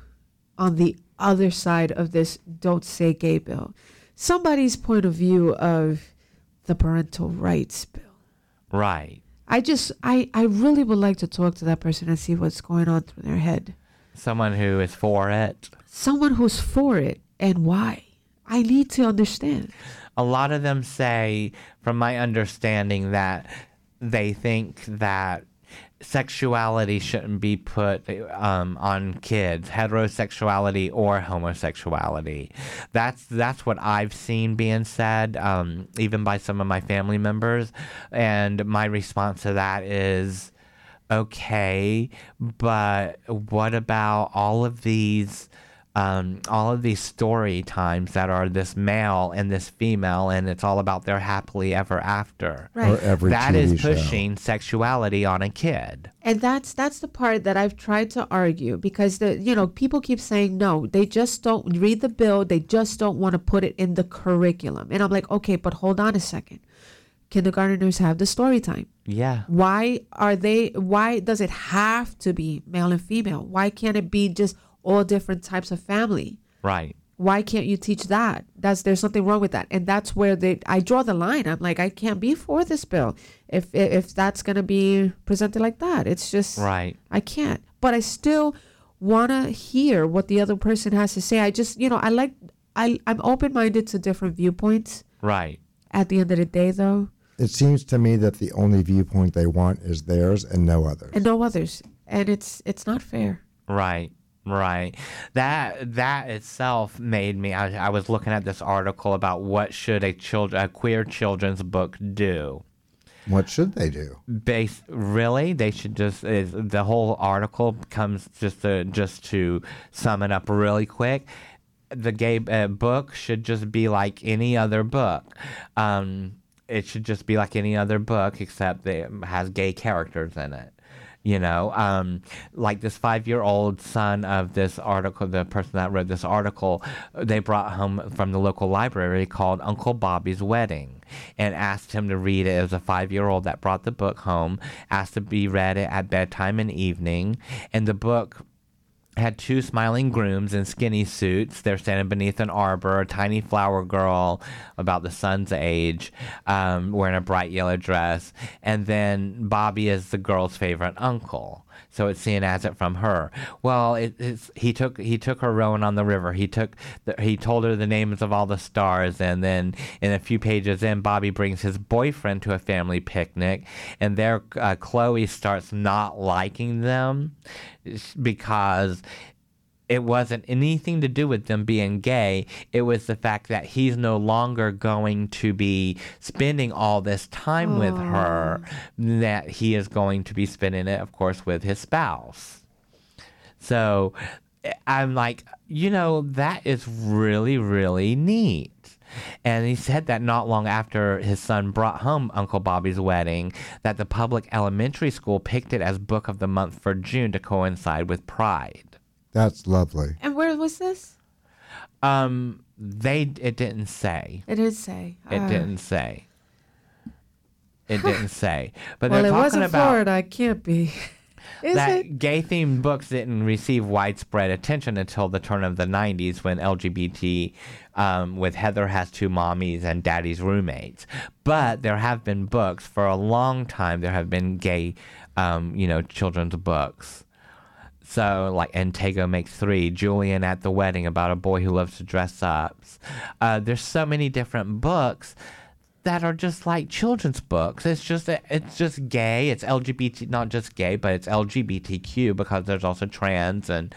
Speaker 6: on the other side of this "Don't Say Gay" bill. Somebody's point of view of the parental rights bill.
Speaker 4: right.
Speaker 6: I just, I, I really would like to talk to that person and see what's going on through their head.
Speaker 4: Someone who is for it.
Speaker 6: Someone who's for it and why. I need to understand.
Speaker 4: a lot of them say, from my understanding, that they think that sexuality shouldn't be put um, on kids, heterosexuality or homosexuality. That's that's what I've seen being said, um, even by some of my family members. And my response to that is. Okay, but what about all of these um, all of these story times that are this male and this female, and it's all about their happily ever after.
Speaker 6: Right.
Speaker 5: Or every
Speaker 4: That
Speaker 5: TV
Speaker 4: is
Speaker 5: show.
Speaker 4: pushing sexuality on a kid.
Speaker 6: And that's that's the part that I've tried to argue because the you know people keep saying no, they just don't read the bill, they just don't want to put it in the curriculum. And I'm like, okay, but hold on a second. Kindergarteners have the story time.
Speaker 4: Yeah.
Speaker 6: Why are they why does it have to be male and female? Why can't it be just all different types of family?
Speaker 4: Right.
Speaker 6: why can't you teach that that's there's something wrong with that and that's where they i draw the line i'm like i can't be for this bill if if, if that's going to be presented like that it's just
Speaker 4: Right.
Speaker 6: i can't but i still want to hear what the other person has to say i just you know i like I, i'm open-minded to different viewpoints
Speaker 4: Right.
Speaker 6: at the end of the day though
Speaker 5: It seems to me that the only viewpoint they want is theirs and no others.
Speaker 6: and no others and it's it's not fair
Speaker 4: Right. Right. That that itself made me I, I was looking at this article about what should a child a queer children's book do.
Speaker 5: What should they do?
Speaker 4: Base really they should just is the whole article comes just to just to sum it up really quick the gay uh, book should just be like any other book um it should just be like any other book except that it has gay characters in it you know um like this five year old son of this article the person that wrote this article they brought home from the local library called uncle bobby's wedding and asked him to read it as a five year old that brought the book home asked to be read it at bedtime and evening and the book had two smiling grooms in skinny suits. They're standing beneath an arbor, a tiny flower girl about the son's age, um, wearing a bright yellow dress. And then Bobby is the girl's favorite uncle. so it's seen as it from her. Well, it, it's he took he took her rowing on the river. He took the, he told her the names of all the stars, and then in a few pages in, Bobby brings his boyfriend to a family picnic, and there uh, Chloe starts not liking them because it wasn't anything to do with them being gay. It was the fact that he's no longer going to be spending all this time with her, that he is going to be spending it, of course, with his spouse. So I'm like, you know, that is really, really neat. And he said that not long after his son brought home Uncle Bobby's wedding, that the public elementary school picked it as Book of the Month for June to coincide with Pride.
Speaker 5: That's lovely.
Speaker 6: And where was this?
Speaker 4: Um, they it didn't say.
Speaker 6: It didn't say.
Speaker 4: It
Speaker 6: Ah.
Speaker 4: didn't say. It didn't say. But
Speaker 6: Well,
Speaker 4: they're
Speaker 6: it was
Speaker 4: talking
Speaker 6: in
Speaker 4: about
Speaker 6: Florida. It can't be. Is
Speaker 4: that
Speaker 6: it?
Speaker 4: gay themed books didn't receive widespread attention until the turn of the 90s when LGBT um, with Heather Has Two Mommies and Daddy's Roommates. But there have been books for a long time, there have been gay, um, you know, children's books. So, like Antago Makes Three, Julian at the Wedding about a boy who loves to dress up. Uh, there's so many different books that are just like children's books. It's just it's just gay. It's LGBT, not just gay, but it's LGBTQ because there's also trans and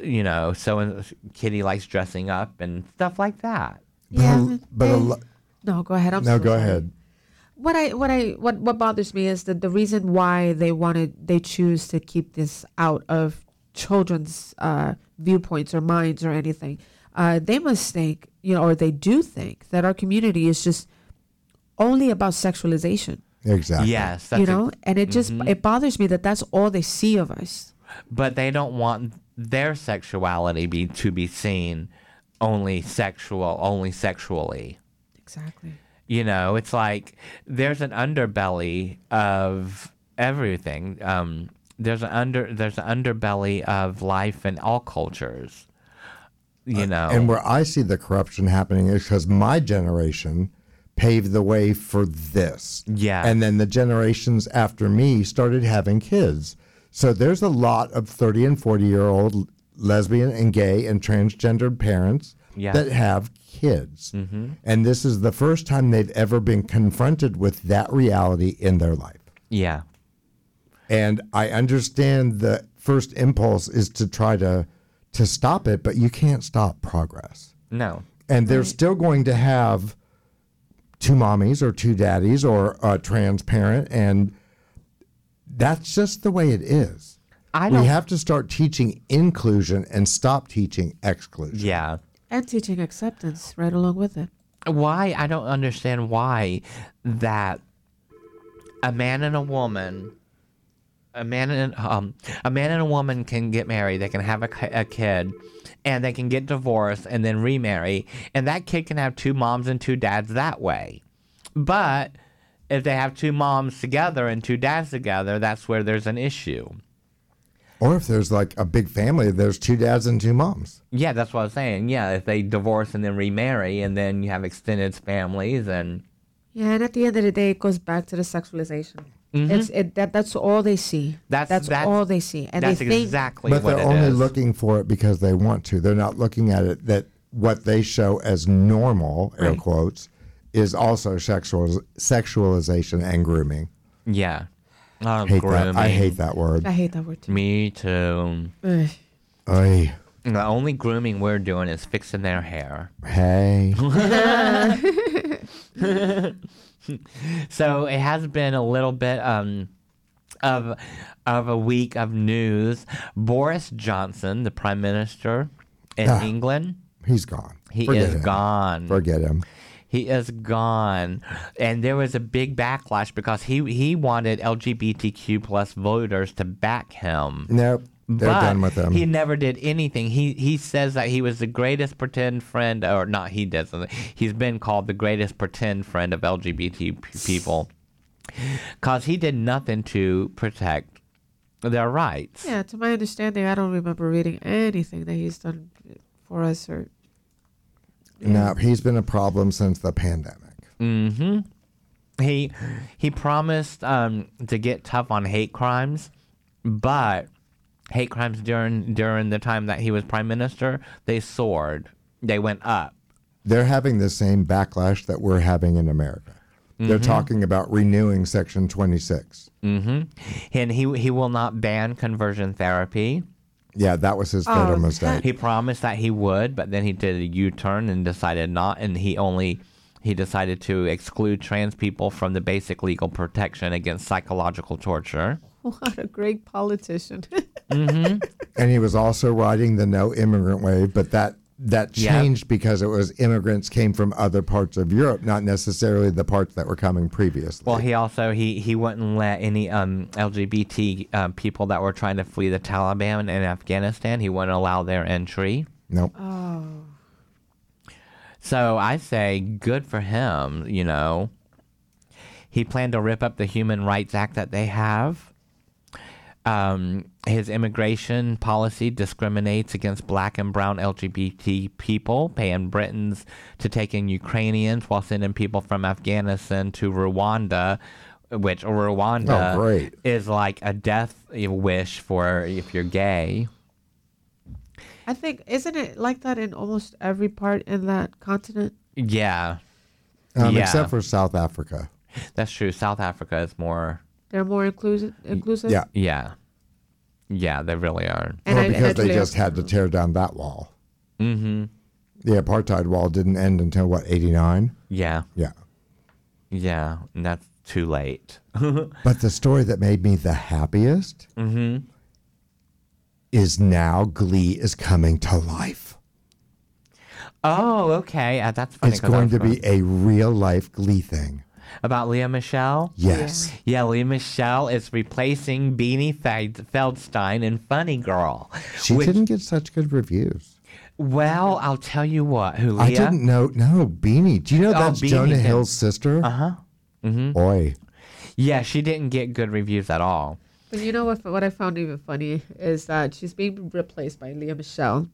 Speaker 4: you know, so Kitty likes dressing up and stuff like that.
Speaker 5: But
Speaker 6: Yeah,
Speaker 5: a, but a
Speaker 6: they-
Speaker 5: lo-
Speaker 6: No, go ahead. I'm
Speaker 5: no,
Speaker 6: so
Speaker 5: go
Speaker 6: sorry.
Speaker 5: ahead.
Speaker 6: What I what I what what bothers me is that the reason why they wanted they choose to keep this out of children's uh, viewpoints or minds or anything. Uh, they must think, you know, or they do think that our community is just only about sexualization,
Speaker 5: Exactly.
Speaker 4: Yes, that's
Speaker 6: you
Speaker 4: a-
Speaker 6: know, and it just it bothers me that that's all they see of us.
Speaker 4: but they don't want their sexuality be to be seen only sexual, only sexually.
Speaker 6: Exactly.
Speaker 4: You know, it's like there's an underbelly of everything. Um, there's an under there's an underbelly of life in all cultures. You know,
Speaker 5: Uh, And where I see the corruption happening is because my generation paved the way for this.
Speaker 4: Yeah.
Speaker 5: And then the generations after me started having kids. So there's a lot of 30 and 40 year old lesbian and gay and transgendered parents
Speaker 4: Yeah. Mm-hmm.
Speaker 5: that have kids. And this is the first time they've ever been confronted with that reality in their life.
Speaker 4: yeah,
Speaker 5: And I understand the first impulse is to try to to stop it, but you can't stop progress
Speaker 4: no,
Speaker 5: and they're still going to have two mommies or two daddies or a trans parent and that's just the way it is
Speaker 4: I
Speaker 5: we
Speaker 4: don't.
Speaker 5: have to start teaching inclusion and stop teaching exclusion
Speaker 4: yeah,
Speaker 6: And teaching acceptance right along with it.
Speaker 4: why I don't understand why that a man and a woman a man and um a man and a woman can get married they can have a, ki- a kid and they can get divorced and then remarry and that kid can have two moms and two dads that way but if they have two moms together and two dads together that's where there's an issue
Speaker 5: or if there's like a big family there's two dads and two moms
Speaker 4: yeah that's what i was saying yeah if they divorce and then remarry and then you have extended families and
Speaker 6: Yeah, and at the end of the day, it goes back to the sexualization. It's it that that's all they see.
Speaker 4: Mm-hmm. That's-
Speaker 6: that's,
Speaker 4: that's-
Speaker 6: all they see, and
Speaker 4: that's
Speaker 6: they think
Speaker 4: exactly
Speaker 5: but
Speaker 4: what
Speaker 5: they're
Speaker 4: it
Speaker 5: only
Speaker 4: is.
Speaker 5: looking for it because they want to they're not looking at it that what they show as normal air
Speaker 6: Right.
Speaker 5: quotes is also sexual sexualization and grooming
Speaker 4: Yeah. Oh,
Speaker 5: hate that. i hate that word
Speaker 6: I hate that word too.
Speaker 4: Me too.
Speaker 6: Ugh.
Speaker 5: Oy.
Speaker 4: The only grooming we're doing is fixing their hair.
Speaker 5: Hey.
Speaker 4: So it has been a little bit um of of a week of news. Boris Johnson, the Prime Minister in
Speaker 5: Ah.
Speaker 4: England,
Speaker 5: He's gone.
Speaker 4: he
Speaker 5: Forget
Speaker 4: is
Speaker 5: him.
Speaker 4: gone.
Speaker 5: Forget him.
Speaker 4: He is gone, and there was a big backlash because he he wanted LGBTQ plus voters to back him.
Speaker 5: Nope. They're
Speaker 4: but
Speaker 5: done with him.
Speaker 4: He never did anything. He he says that he was the greatest pretend friend, or not. He doesn't. He's been called the greatest pretend friend of LGBT p- people, cause he did nothing to protect their rights.
Speaker 6: Yeah, to my understanding, I don't remember reading anything that he's done for us or
Speaker 5: no, he's been a problem since the pandemic.
Speaker 4: Mm-hmm. He he promised um, to get tough on hate crimes, But hate crimes during during the time that he was prime minister, they soared. They went up.
Speaker 5: They're having the same backlash that we're having in America. They're
Speaker 4: Mm-hmm.
Speaker 5: talking about renewing Section 26.
Speaker 4: And he he will not ban conversion therapy.
Speaker 5: Yeah, that was his fatal
Speaker 6: Oh,
Speaker 5: mistake.
Speaker 4: He promised that he would, but then he did a U turn and decided not. And he only he decided to exclude trans people from the basic legal protection against psychological torture.
Speaker 6: What a great politician.
Speaker 5: And he was also riding the no immigrant wave, but that that
Speaker 4: Yeah.
Speaker 5: changed because it was immigrants came from other parts of Europe, not necessarily the parts that were coming previously.
Speaker 4: Well, he also he he wouldn't let any um, LGBT um, people that were trying to flee the Taliban in Afghanistan. He wouldn't allow their entry.
Speaker 5: nope.
Speaker 4: So I say good for him. You know, he planned to rip up the Human Rights Act that they have. Um, his immigration policy discriminates against black and brown LGBT people, paying Britons to take in Ukrainians while sending people from Afghanistan to Rwanda, which Rwanda
Speaker 5: Oh, great.
Speaker 4: is like a death wish for if you're gay.
Speaker 6: I think isn't it like that in almost every part in that continent?
Speaker 4: Yeah,
Speaker 5: um,
Speaker 4: yeah.
Speaker 5: Except for South Africa.
Speaker 4: that's true. South Africa is more
Speaker 6: They're more inclusive. Inclusive.
Speaker 5: Yeah.
Speaker 4: Yeah. Yeah, they really are.
Speaker 6: And
Speaker 5: well,
Speaker 6: I-
Speaker 5: because they
Speaker 6: actually-
Speaker 5: just had to tear down that wall. Mm-hmm. The apartheid wall didn't end until what eighty nine.
Speaker 4: Yeah.
Speaker 5: Yeah,
Speaker 4: Yeah. And that's too late.
Speaker 5: but the story that made me the happiest
Speaker 4: Mm-hmm.
Speaker 5: is now Glee is coming to life.
Speaker 4: oh, okay. Uh, that's funny.
Speaker 5: it's
Speaker 4: 'cause I
Speaker 5: going
Speaker 4: was
Speaker 5: to be a real life Glee thing.
Speaker 4: About Leah Michelle?
Speaker 5: Yes,
Speaker 4: Yeah, Leah Michelle is replacing Beanie Feld- Feldstein in Funny Girl.
Speaker 5: she
Speaker 4: which-
Speaker 5: didn't get such good reviews.
Speaker 4: Well, I'll tell you what, Julia.
Speaker 5: I didn't know. No, Beanie. Do you know
Speaker 4: Oh,
Speaker 5: that's
Speaker 4: Beanie Uh-huh. Mm-hmm.
Speaker 5: Jonah
Speaker 4: did.
Speaker 5: Hill's sister? Uh huh. Boy,
Speaker 4: Yeah, she didn't get good reviews at all.
Speaker 6: But you know what? What I found even funny is that she's being replaced by Leah Michelle.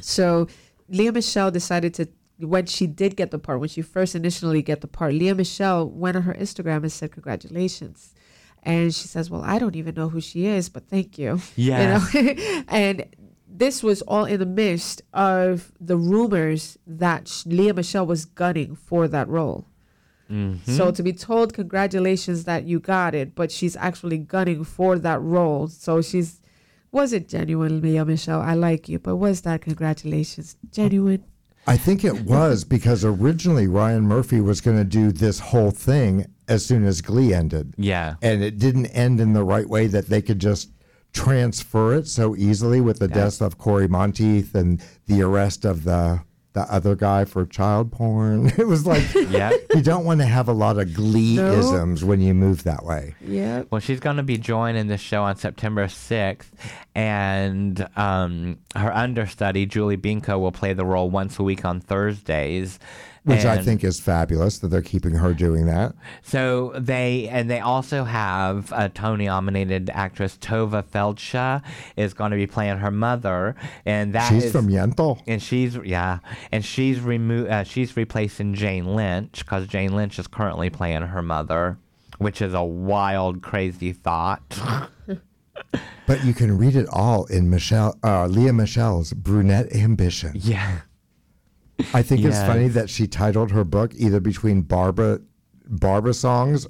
Speaker 6: So Leah Michelle decided to when she did get the part, when she first initially get the part, Leah Michelle went on her Instagram and said, "Congratulations." And she says, "Well, I don't even know who she is, but thank you."
Speaker 4: Yeah.
Speaker 6: You know? and this was all in the midst of the rumors that sh- Leah Michelle was gunning for that role.
Speaker 4: Hmm?
Speaker 6: So to be told congratulations that you got it, but she's actually gunning for that role. So she's was it genuine, Mia Michelle? I like you, but was that congratulations genuine?
Speaker 5: I think it was because originally Ryan Murphy was going to do this whole thing as soon as Glee ended.
Speaker 4: Yeah.
Speaker 5: And it didn't end in the right way that they could just transfer it so easily with the death of Corey Monteith and the arrest of the the other guy for child porn. It was like
Speaker 4: Yeah.
Speaker 5: you don't want to have a lot of glee
Speaker 6: No.
Speaker 5: isms when you move that way.
Speaker 6: Yep.
Speaker 4: Well, she's going to be joining the show on September 6th, and um, her understudy, Julie Binko, will play the role once a week on Thursdays.
Speaker 5: Which I
Speaker 4: And
Speaker 5: think is fabulous that they're keeping her doing that.
Speaker 4: So they and they also have a Tony-nominated actress Tova Feldsha is going to be playing her mother, and that
Speaker 5: She's
Speaker 4: is-
Speaker 5: from Yentl.
Speaker 4: and she's yeah, and she's remo- uh, she's replacing Jane Lynch because Jane Lynch is currently playing her mother, which is a wild, crazy thought.
Speaker 5: But you can read it all in Michelle uh, Leah Michelle's Brunette Ambition.
Speaker 4: yeah.
Speaker 5: I think it's
Speaker 4: Yes.
Speaker 5: funny that she titled her book either between Barbara Barbara songs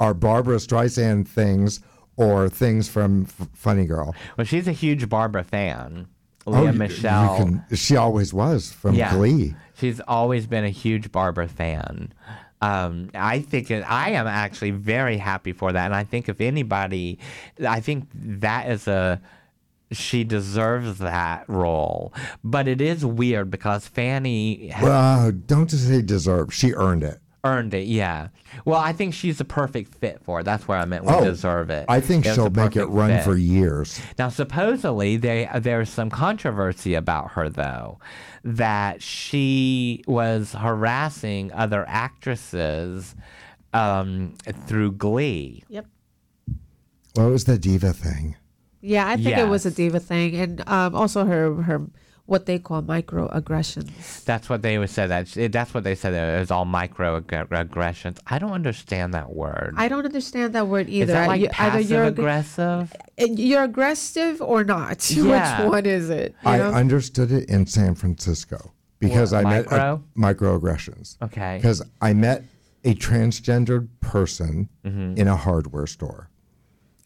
Speaker 5: or Barbara Streisand things or things from F- Funny Girl.
Speaker 4: Well, she's a huge Barbara fan.
Speaker 5: Oh,
Speaker 4: Leah
Speaker 5: you- you
Speaker 4: Michelle.
Speaker 5: can- she always was from
Speaker 4: yeah.
Speaker 5: Glee.
Speaker 4: She's always been a huge Barbara fan. Um, I think it, I am actually very happy for that. And I think if anybody, I think that is a, she deserves that role. But it is weird because Fanny has
Speaker 5: Well, don't just say deserve. She earned it.
Speaker 4: earned it. Yeah. Well, I think she's the perfect fit for it. That's where I meant we
Speaker 5: Oh,
Speaker 4: deserve it.
Speaker 5: I think
Speaker 4: It was
Speaker 5: she'll
Speaker 4: the
Speaker 5: make it
Speaker 4: perfect
Speaker 5: run
Speaker 4: fit.
Speaker 5: for years.
Speaker 4: Now, supposedly, they, there's some controversy about her, though, that she was harassing other actresses um, through Glee.
Speaker 6: Yep.
Speaker 5: What was the diva thing?
Speaker 6: Yeah, I think it was a
Speaker 4: Yes.
Speaker 6: diva thing, and um, also her her what they call microaggressions.
Speaker 4: That's what they would say. That it- that's what they said. It was all microaggressions. I don't understand that word.
Speaker 6: I don't understand that word either.
Speaker 4: Is that
Speaker 6: I-
Speaker 4: like
Speaker 6: you- either
Speaker 4: passive
Speaker 6: you're aggr-
Speaker 4: aggressive?
Speaker 6: you're aggressive or not.
Speaker 4: Yeah.
Speaker 6: Which one is it? you
Speaker 5: I
Speaker 6: know?
Speaker 5: understood it in San Francisco because
Speaker 4: What,
Speaker 5: I met a,
Speaker 4: micro?
Speaker 5: microaggressions.
Speaker 4: Okay.
Speaker 5: Because I met a transgendered person
Speaker 4: Mm-hmm.
Speaker 5: in a hardware store,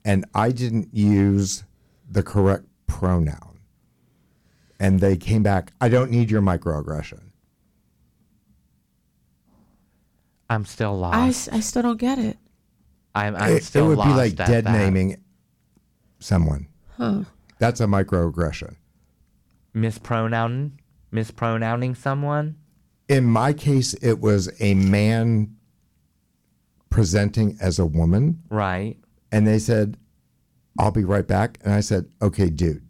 Speaker 5: and I didn't use the correct pronoun, and they came back. I don't need your microaggression.
Speaker 4: I'm still lost.
Speaker 6: I, s- I still don't get it.
Speaker 4: I'm, I'm
Speaker 5: it, it
Speaker 4: still
Speaker 5: would
Speaker 4: lost.
Speaker 5: be like
Speaker 4: at
Speaker 5: dead
Speaker 4: that.
Speaker 5: naming someone.
Speaker 6: Huh.
Speaker 5: That's a microaggression.
Speaker 4: mispronoun mispronouncing someone.
Speaker 5: In my case, it was a man presenting as a woman.
Speaker 4: Right.
Speaker 5: And they said, I'll be right back. And I said, okay, dude.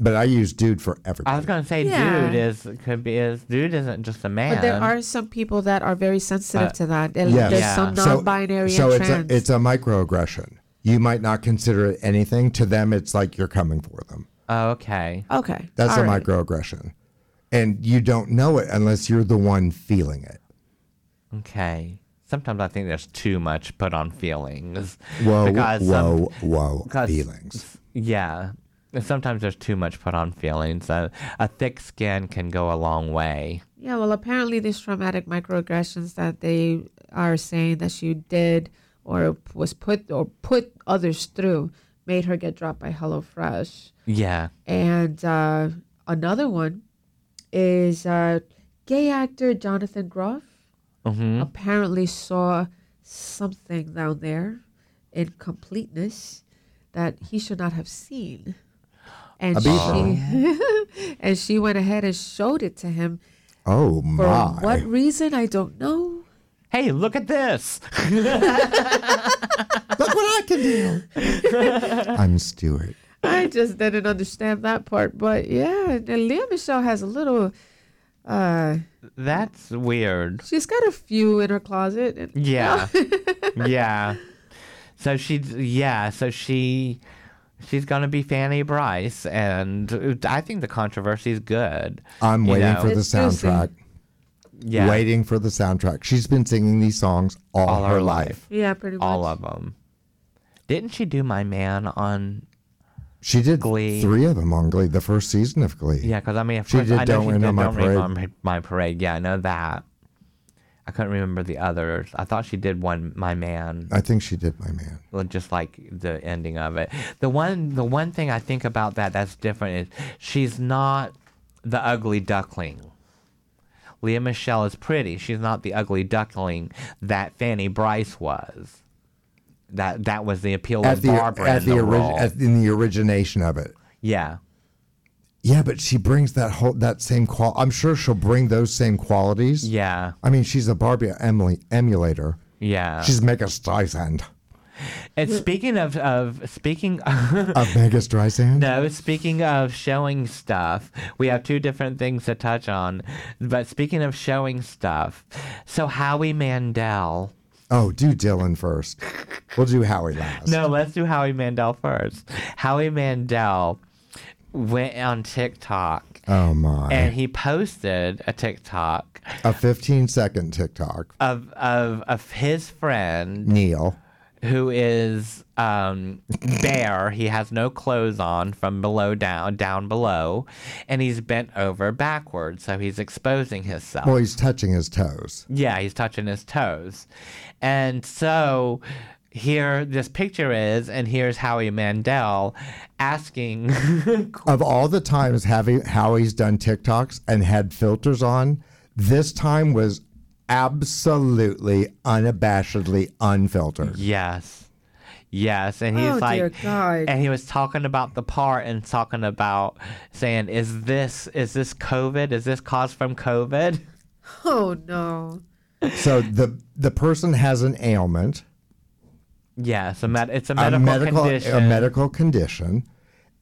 Speaker 5: But I use dude for everybody.
Speaker 4: I was gonna say
Speaker 6: Yeah.
Speaker 4: dude is could be is dude isn't just a man.
Speaker 6: But there are some people that are very sensitive
Speaker 4: Uh,
Speaker 6: to that. And
Speaker 5: yes.
Speaker 6: There's
Speaker 4: Yeah.
Speaker 6: some
Speaker 5: So-
Speaker 6: non-binary
Speaker 5: so
Speaker 6: and
Speaker 5: it's
Speaker 6: trans.
Speaker 5: a, it's a microaggression. You might not consider it anything. To them, it's like you're coming for them.
Speaker 4: Oh, okay.
Speaker 6: okay.
Speaker 5: That's
Speaker 6: all
Speaker 5: a
Speaker 6: right.
Speaker 5: microaggression. And you don't know it unless you're the one feeling it.
Speaker 4: Okay. Sometimes I think there's too much put on feelings.
Speaker 5: Whoa,
Speaker 4: Because some-
Speaker 5: whoa, whoa,
Speaker 4: because-
Speaker 5: feelings.
Speaker 4: Yeah. Sometimes there's too much put on feelings. A, a thick skin can go a long way.
Speaker 6: Yeah, well, apparently these traumatic microaggressions that they are saying that she did or was put or put others through made her get dropped by HelloFresh.
Speaker 4: Yeah.
Speaker 6: And uh, another one is uh, gay actor Jonathan Groff
Speaker 4: hmm
Speaker 6: apparently saw something down there in completeness that he should not have seen. And she, and she went ahead and showed it to him.
Speaker 5: Oh
Speaker 6: For
Speaker 5: my.
Speaker 6: what reason, I don't know.
Speaker 4: Hey, look at this.
Speaker 5: Look what I can do. I'm Stuart.
Speaker 6: I just didn't understand that part. But yeah, and then Leah Michelle has a little, uh,
Speaker 4: That's weird.
Speaker 6: she's got a few in her closet. And,
Speaker 4: Yeah. yeah. So she yeah, so she she's going to be Fanny Bryce and I think the controversy is good.
Speaker 5: I'm
Speaker 4: You
Speaker 5: waiting
Speaker 4: know.
Speaker 5: for the
Speaker 6: It's juicy.
Speaker 5: soundtrack.
Speaker 4: Yeah.
Speaker 5: Waiting for the soundtrack. She's been singing these songs all,
Speaker 4: All
Speaker 5: her,
Speaker 4: her
Speaker 5: life.
Speaker 4: life.
Speaker 6: yeah, pretty much.
Speaker 4: All of them. Didn't she do My Man on
Speaker 5: She did
Speaker 4: Glee.
Speaker 5: three of them on Glee, the first season of Glee.
Speaker 4: Yeah, because I mean, of
Speaker 5: She
Speaker 4: course,
Speaker 5: did
Speaker 4: I know
Speaker 5: Don't
Speaker 4: she
Speaker 5: Rain
Speaker 4: did
Speaker 5: on My
Speaker 4: Don't Rain
Speaker 5: Parade.
Speaker 4: on my, my Parade. Yeah, I know that. I couldn't remember the others. I thought she did one, My Man,
Speaker 5: I think she did My Man.
Speaker 4: well, just like the ending of it. The one, the one thing I think about that that's different is she's not the ugly duckling. Leah Michelle is pretty. She's not the ugly duckling that Fanny Bryce was. That that was the appeal
Speaker 5: At
Speaker 4: of
Speaker 5: the,
Speaker 4: Barbara
Speaker 5: at
Speaker 4: in
Speaker 5: the,
Speaker 4: the,
Speaker 5: ori-
Speaker 4: role.
Speaker 5: at, in the origination of it.
Speaker 4: yeah.
Speaker 5: Yeah, but she brings that whole that same qual. I'm sure she'll bring those same qualities.
Speaker 4: Yeah.
Speaker 5: I mean, she's a Barbie emily emulator.
Speaker 4: Yeah.
Speaker 5: She's Mega Streisand.
Speaker 4: and speaking of, of speaking
Speaker 5: Of Mega Streisand?
Speaker 4: No, speaking of showing stuff, we have two different things to touch on. But speaking of showing stuff, so Howie Mandel.
Speaker 5: Oh, do Dylan first. We'll do Howie last.
Speaker 4: No, let's do Howie Mandel first. Howie Mandel went on TikTok
Speaker 5: Oh my.
Speaker 4: and he posted a TikTok
Speaker 5: a 15 second TikTok.
Speaker 4: of of, of his friend
Speaker 5: Neil.
Speaker 4: who is um, bare. he has no clothes on from below down, down below, and he's bent over backwards, so he's exposing himself.
Speaker 5: Well, he's touching his toes.
Speaker 4: Yeah, he's touching his toes. And so here this picture is, and here's Howie Mandel asking
Speaker 5: Of all the times Howie, Howie's done TikToks and had filters on, this time was absolutely unabashedly unfiltered.
Speaker 4: Yes. Yes. And he's
Speaker 6: Oh,
Speaker 4: like
Speaker 6: dear God.
Speaker 4: and he was talking about the part and talking about saying, Is this is this COVID? Is this caused from COVID?
Speaker 6: Oh, no.
Speaker 5: So the the person has an ailment,
Speaker 4: Yes, a med- it's a
Speaker 5: a
Speaker 4: medical,
Speaker 5: medical
Speaker 4: condition.
Speaker 5: a medical condition,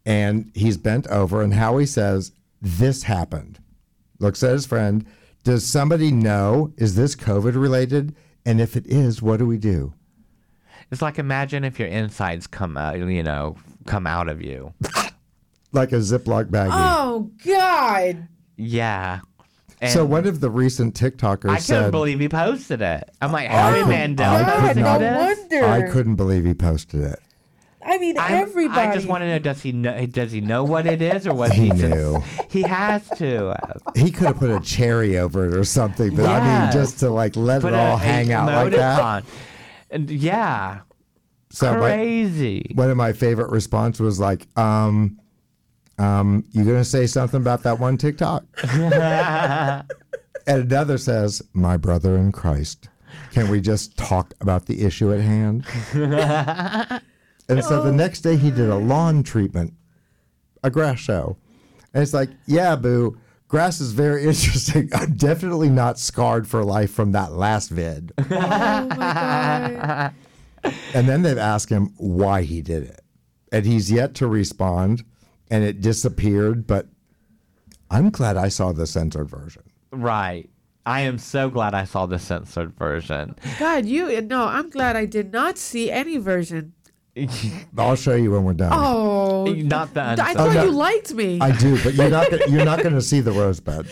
Speaker 5: and he's bent over and Howie says, "This happened." Looks at his friend, "Does somebody know is this COVID related? And if it is, what do we do?"
Speaker 4: uh, it's like imagine if your insides come out you know, come out of you.
Speaker 5: like a Ziploc baggie.
Speaker 6: Oh God.
Speaker 4: Yeah. And
Speaker 5: so one of the recent TikTokers
Speaker 4: I
Speaker 5: said,
Speaker 4: couldn't believe he posted it. I'm like, Howie Mandel
Speaker 5: I
Speaker 6: God,
Speaker 5: could
Speaker 4: posted
Speaker 6: no
Speaker 5: not-
Speaker 4: this?
Speaker 6: wonder.
Speaker 5: I couldn't believe he posted it.
Speaker 6: I mean,
Speaker 4: I'm-
Speaker 6: everybody.
Speaker 4: I just want to know: Does he know? Does he know what it is, or was
Speaker 5: He
Speaker 4: he? just-
Speaker 5: knew.
Speaker 4: he has to uh, have.
Speaker 5: He could have put a cherry over it or something, but I mean,
Speaker 4: Yes.
Speaker 5: just to like let it all hang out like that. Uh,
Speaker 4: emoticon. And yeah,
Speaker 5: So my,
Speaker 4: crazy.
Speaker 5: one of my favorite response was like, um, um, you gonna say something about that one TikTok? and another says, "My brother in Christ, can we just talk about the issue at hand?" and so the next day he did a lawn treatment, a grass show, and it's like, "Yeah, boo." Grass is very interesting. I'm definitely not scarred for life from that last vid.
Speaker 6: Oh my God.
Speaker 5: And then they've asked him why he did it. And he's yet to respond. And it disappeared. But I'm glad I saw the censored version.
Speaker 4: Right. I am so glad I saw the censored version.
Speaker 6: God, you. No, I'm glad I did not see any version.
Speaker 5: I'll show you when we're done.
Speaker 6: Oh.
Speaker 4: Not the
Speaker 6: I
Speaker 4: uncensored.
Speaker 6: thought
Speaker 5: no.
Speaker 6: you liked me.
Speaker 5: I do, but you're not gonna, you're not going to see the rosebud.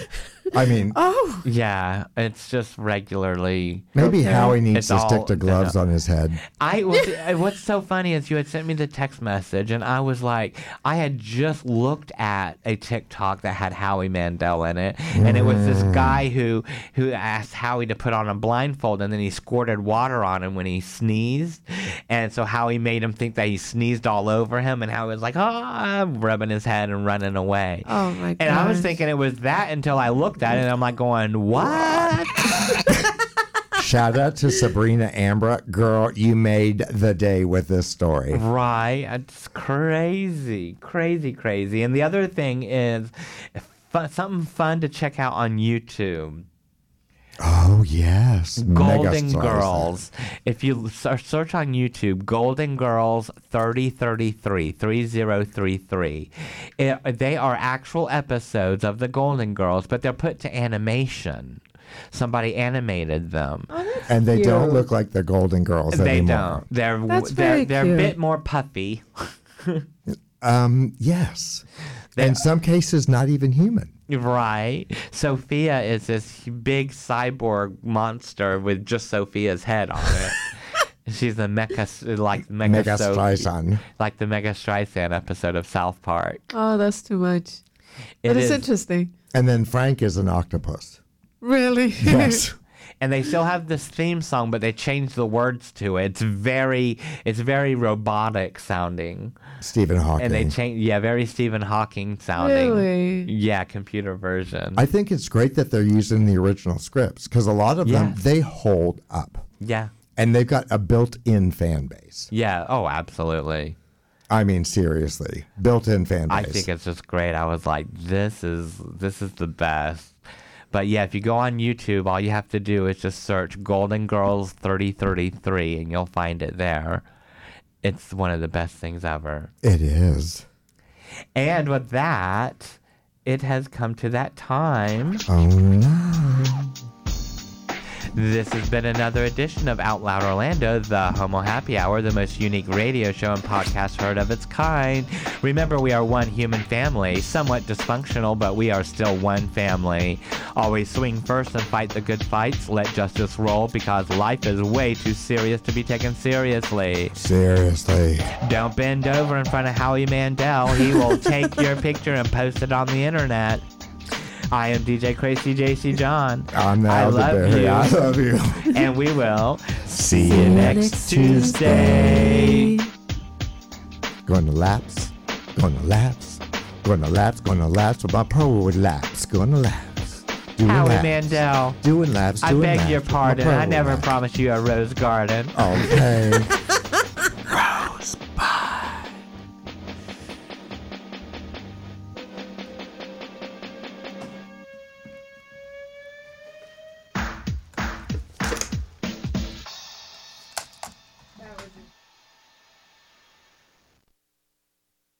Speaker 5: I mean,
Speaker 6: oh.
Speaker 4: yeah, it's just regularly.
Speaker 5: maybe
Speaker 6: okay.
Speaker 5: Howie needs
Speaker 4: It's
Speaker 5: to stick
Speaker 4: all-
Speaker 5: to gloves on his head.
Speaker 4: I was, uh, what's so funny is you had sent me the text message, and I was like, I had just looked at a TikTok that had Howie Mandel in it, and it was this
Speaker 6: Mm.
Speaker 4: guy who who asked Howie to put on a blindfold, and then he squirted water on him when he sneezed, and so Howie made him think that he sneezed all over him, and Howie was like, ah, rubbing his head and running away.
Speaker 6: Oh my God.
Speaker 4: And I was thinking it was that until I looked at it, and I'm like going, what?
Speaker 5: Shout out to Sabrina Ambra. Girl, you made the day with this story.
Speaker 6: Oh.
Speaker 4: Right. It's crazy, crazy, crazy. And the other thing is fu- something fun to check out on YouTube.
Speaker 5: Oh, yes.
Speaker 4: Golden
Speaker 5: Megastars.
Speaker 4: Girls. If you ser- search on YouTube, Golden Girls 3033, 3033. It, they are actual episodes of the Golden Girls, but they're put to animation. Somebody animated them.
Speaker 6: Oh,
Speaker 5: And they don't
Speaker 6: Cute.
Speaker 5: look like the Golden Girls
Speaker 4: they
Speaker 5: anymore.
Speaker 4: don't. They're w-
Speaker 6: That's
Speaker 4: they're,
Speaker 6: very
Speaker 4: they're a
Speaker 6: cute.
Speaker 4: bit more puffy.
Speaker 5: Um, yes. In some cases, not even human.
Speaker 4: Right. Sophia is this h- big cyborg monster with just Sophia's head on it. She's the mecha, s- like mecha,
Speaker 5: Mega
Speaker 4: so-
Speaker 5: Streisand.
Speaker 4: like the Mega Streisand episode of South Park.
Speaker 6: Oh, that's too much.
Speaker 4: It
Speaker 6: But it's
Speaker 4: is-
Speaker 6: interesting.
Speaker 5: And then Frank is an octopus.
Speaker 6: Really?
Speaker 4: and they still have this theme song, but they changed the words to it. It's very, it's very robotic sounding,
Speaker 5: Stephen Hawking.
Speaker 4: and they change, yeah, very Stephen Hawking sounding.
Speaker 6: really?
Speaker 4: Yeah, computer version.
Speaker 5: I think it's great that they're using the original scripts because a lot of them,
Speaker 4: Yes.
Speaker 5: they hold up
Speaker 4: yeah,
Speaker 5: and they've got a built in fan base.
Speaker 4: yeah. Oh, absolutely.
Speaker 5: I mean, seriously, built in fan base.
Speaker 4: I think it's just great. I was like, this is this is the best. But yeah, if you go on YouTube, all you have to do is just search Golden Girls 3033 and you'll find it there. It's one of the best things ever.
Speaker 5: it is.
Speaker 4: And with that, it has come to that time.
Speaker 5: Oh, no.
Speaker 4: This has been another edition of Out Loud Orlando, the Homo Happy Hour, the most unique radio show and podcast heard of its kind. Remember, we are one human family, somewhat dysfunctional, but we are still one family. Always swing first and fight the good fights. Let justice roll because life is way too serious to be taken seriously.
Speaker 5: seriously.
Speaker 4: Don't bend over in front of Howie Mandel. He will take your picture and post it on the internet. I am DJ Crazy JC John.
Speaker 5: I'm
Speaker 4: I
Speaker 5: not
Speaker 4: love
Speaker 5: there.
Speaker 4: you.
Speaker 5: I love you.
Speaker 4: and we will see
Speaker 5: See
Speaker 4: you
Speaker 5: you.
Speaker 4: next Tuesday.
Speaker 5: Gonna lapse, gonna lapse, gonna lapse, gonna lapse with my pearl would lapse, gonna lapse. Doing
Speaker 4: Howie
Speaker 5: laps,
Speaker 4: Mandel,
Speaker 5: Doing laps,
Speaker 4: I
Speaker 5: doing
Speaker 4: beg
Speaker 5: laps
Speaker 4: your
Speaker 5: with my
Speaker 4: pardon. I
Speaker 5: pearl
Speaker 4: never
Speaker 5: laps.
Speaker 4: promised you a rose garden.
Speaker 5: Okay.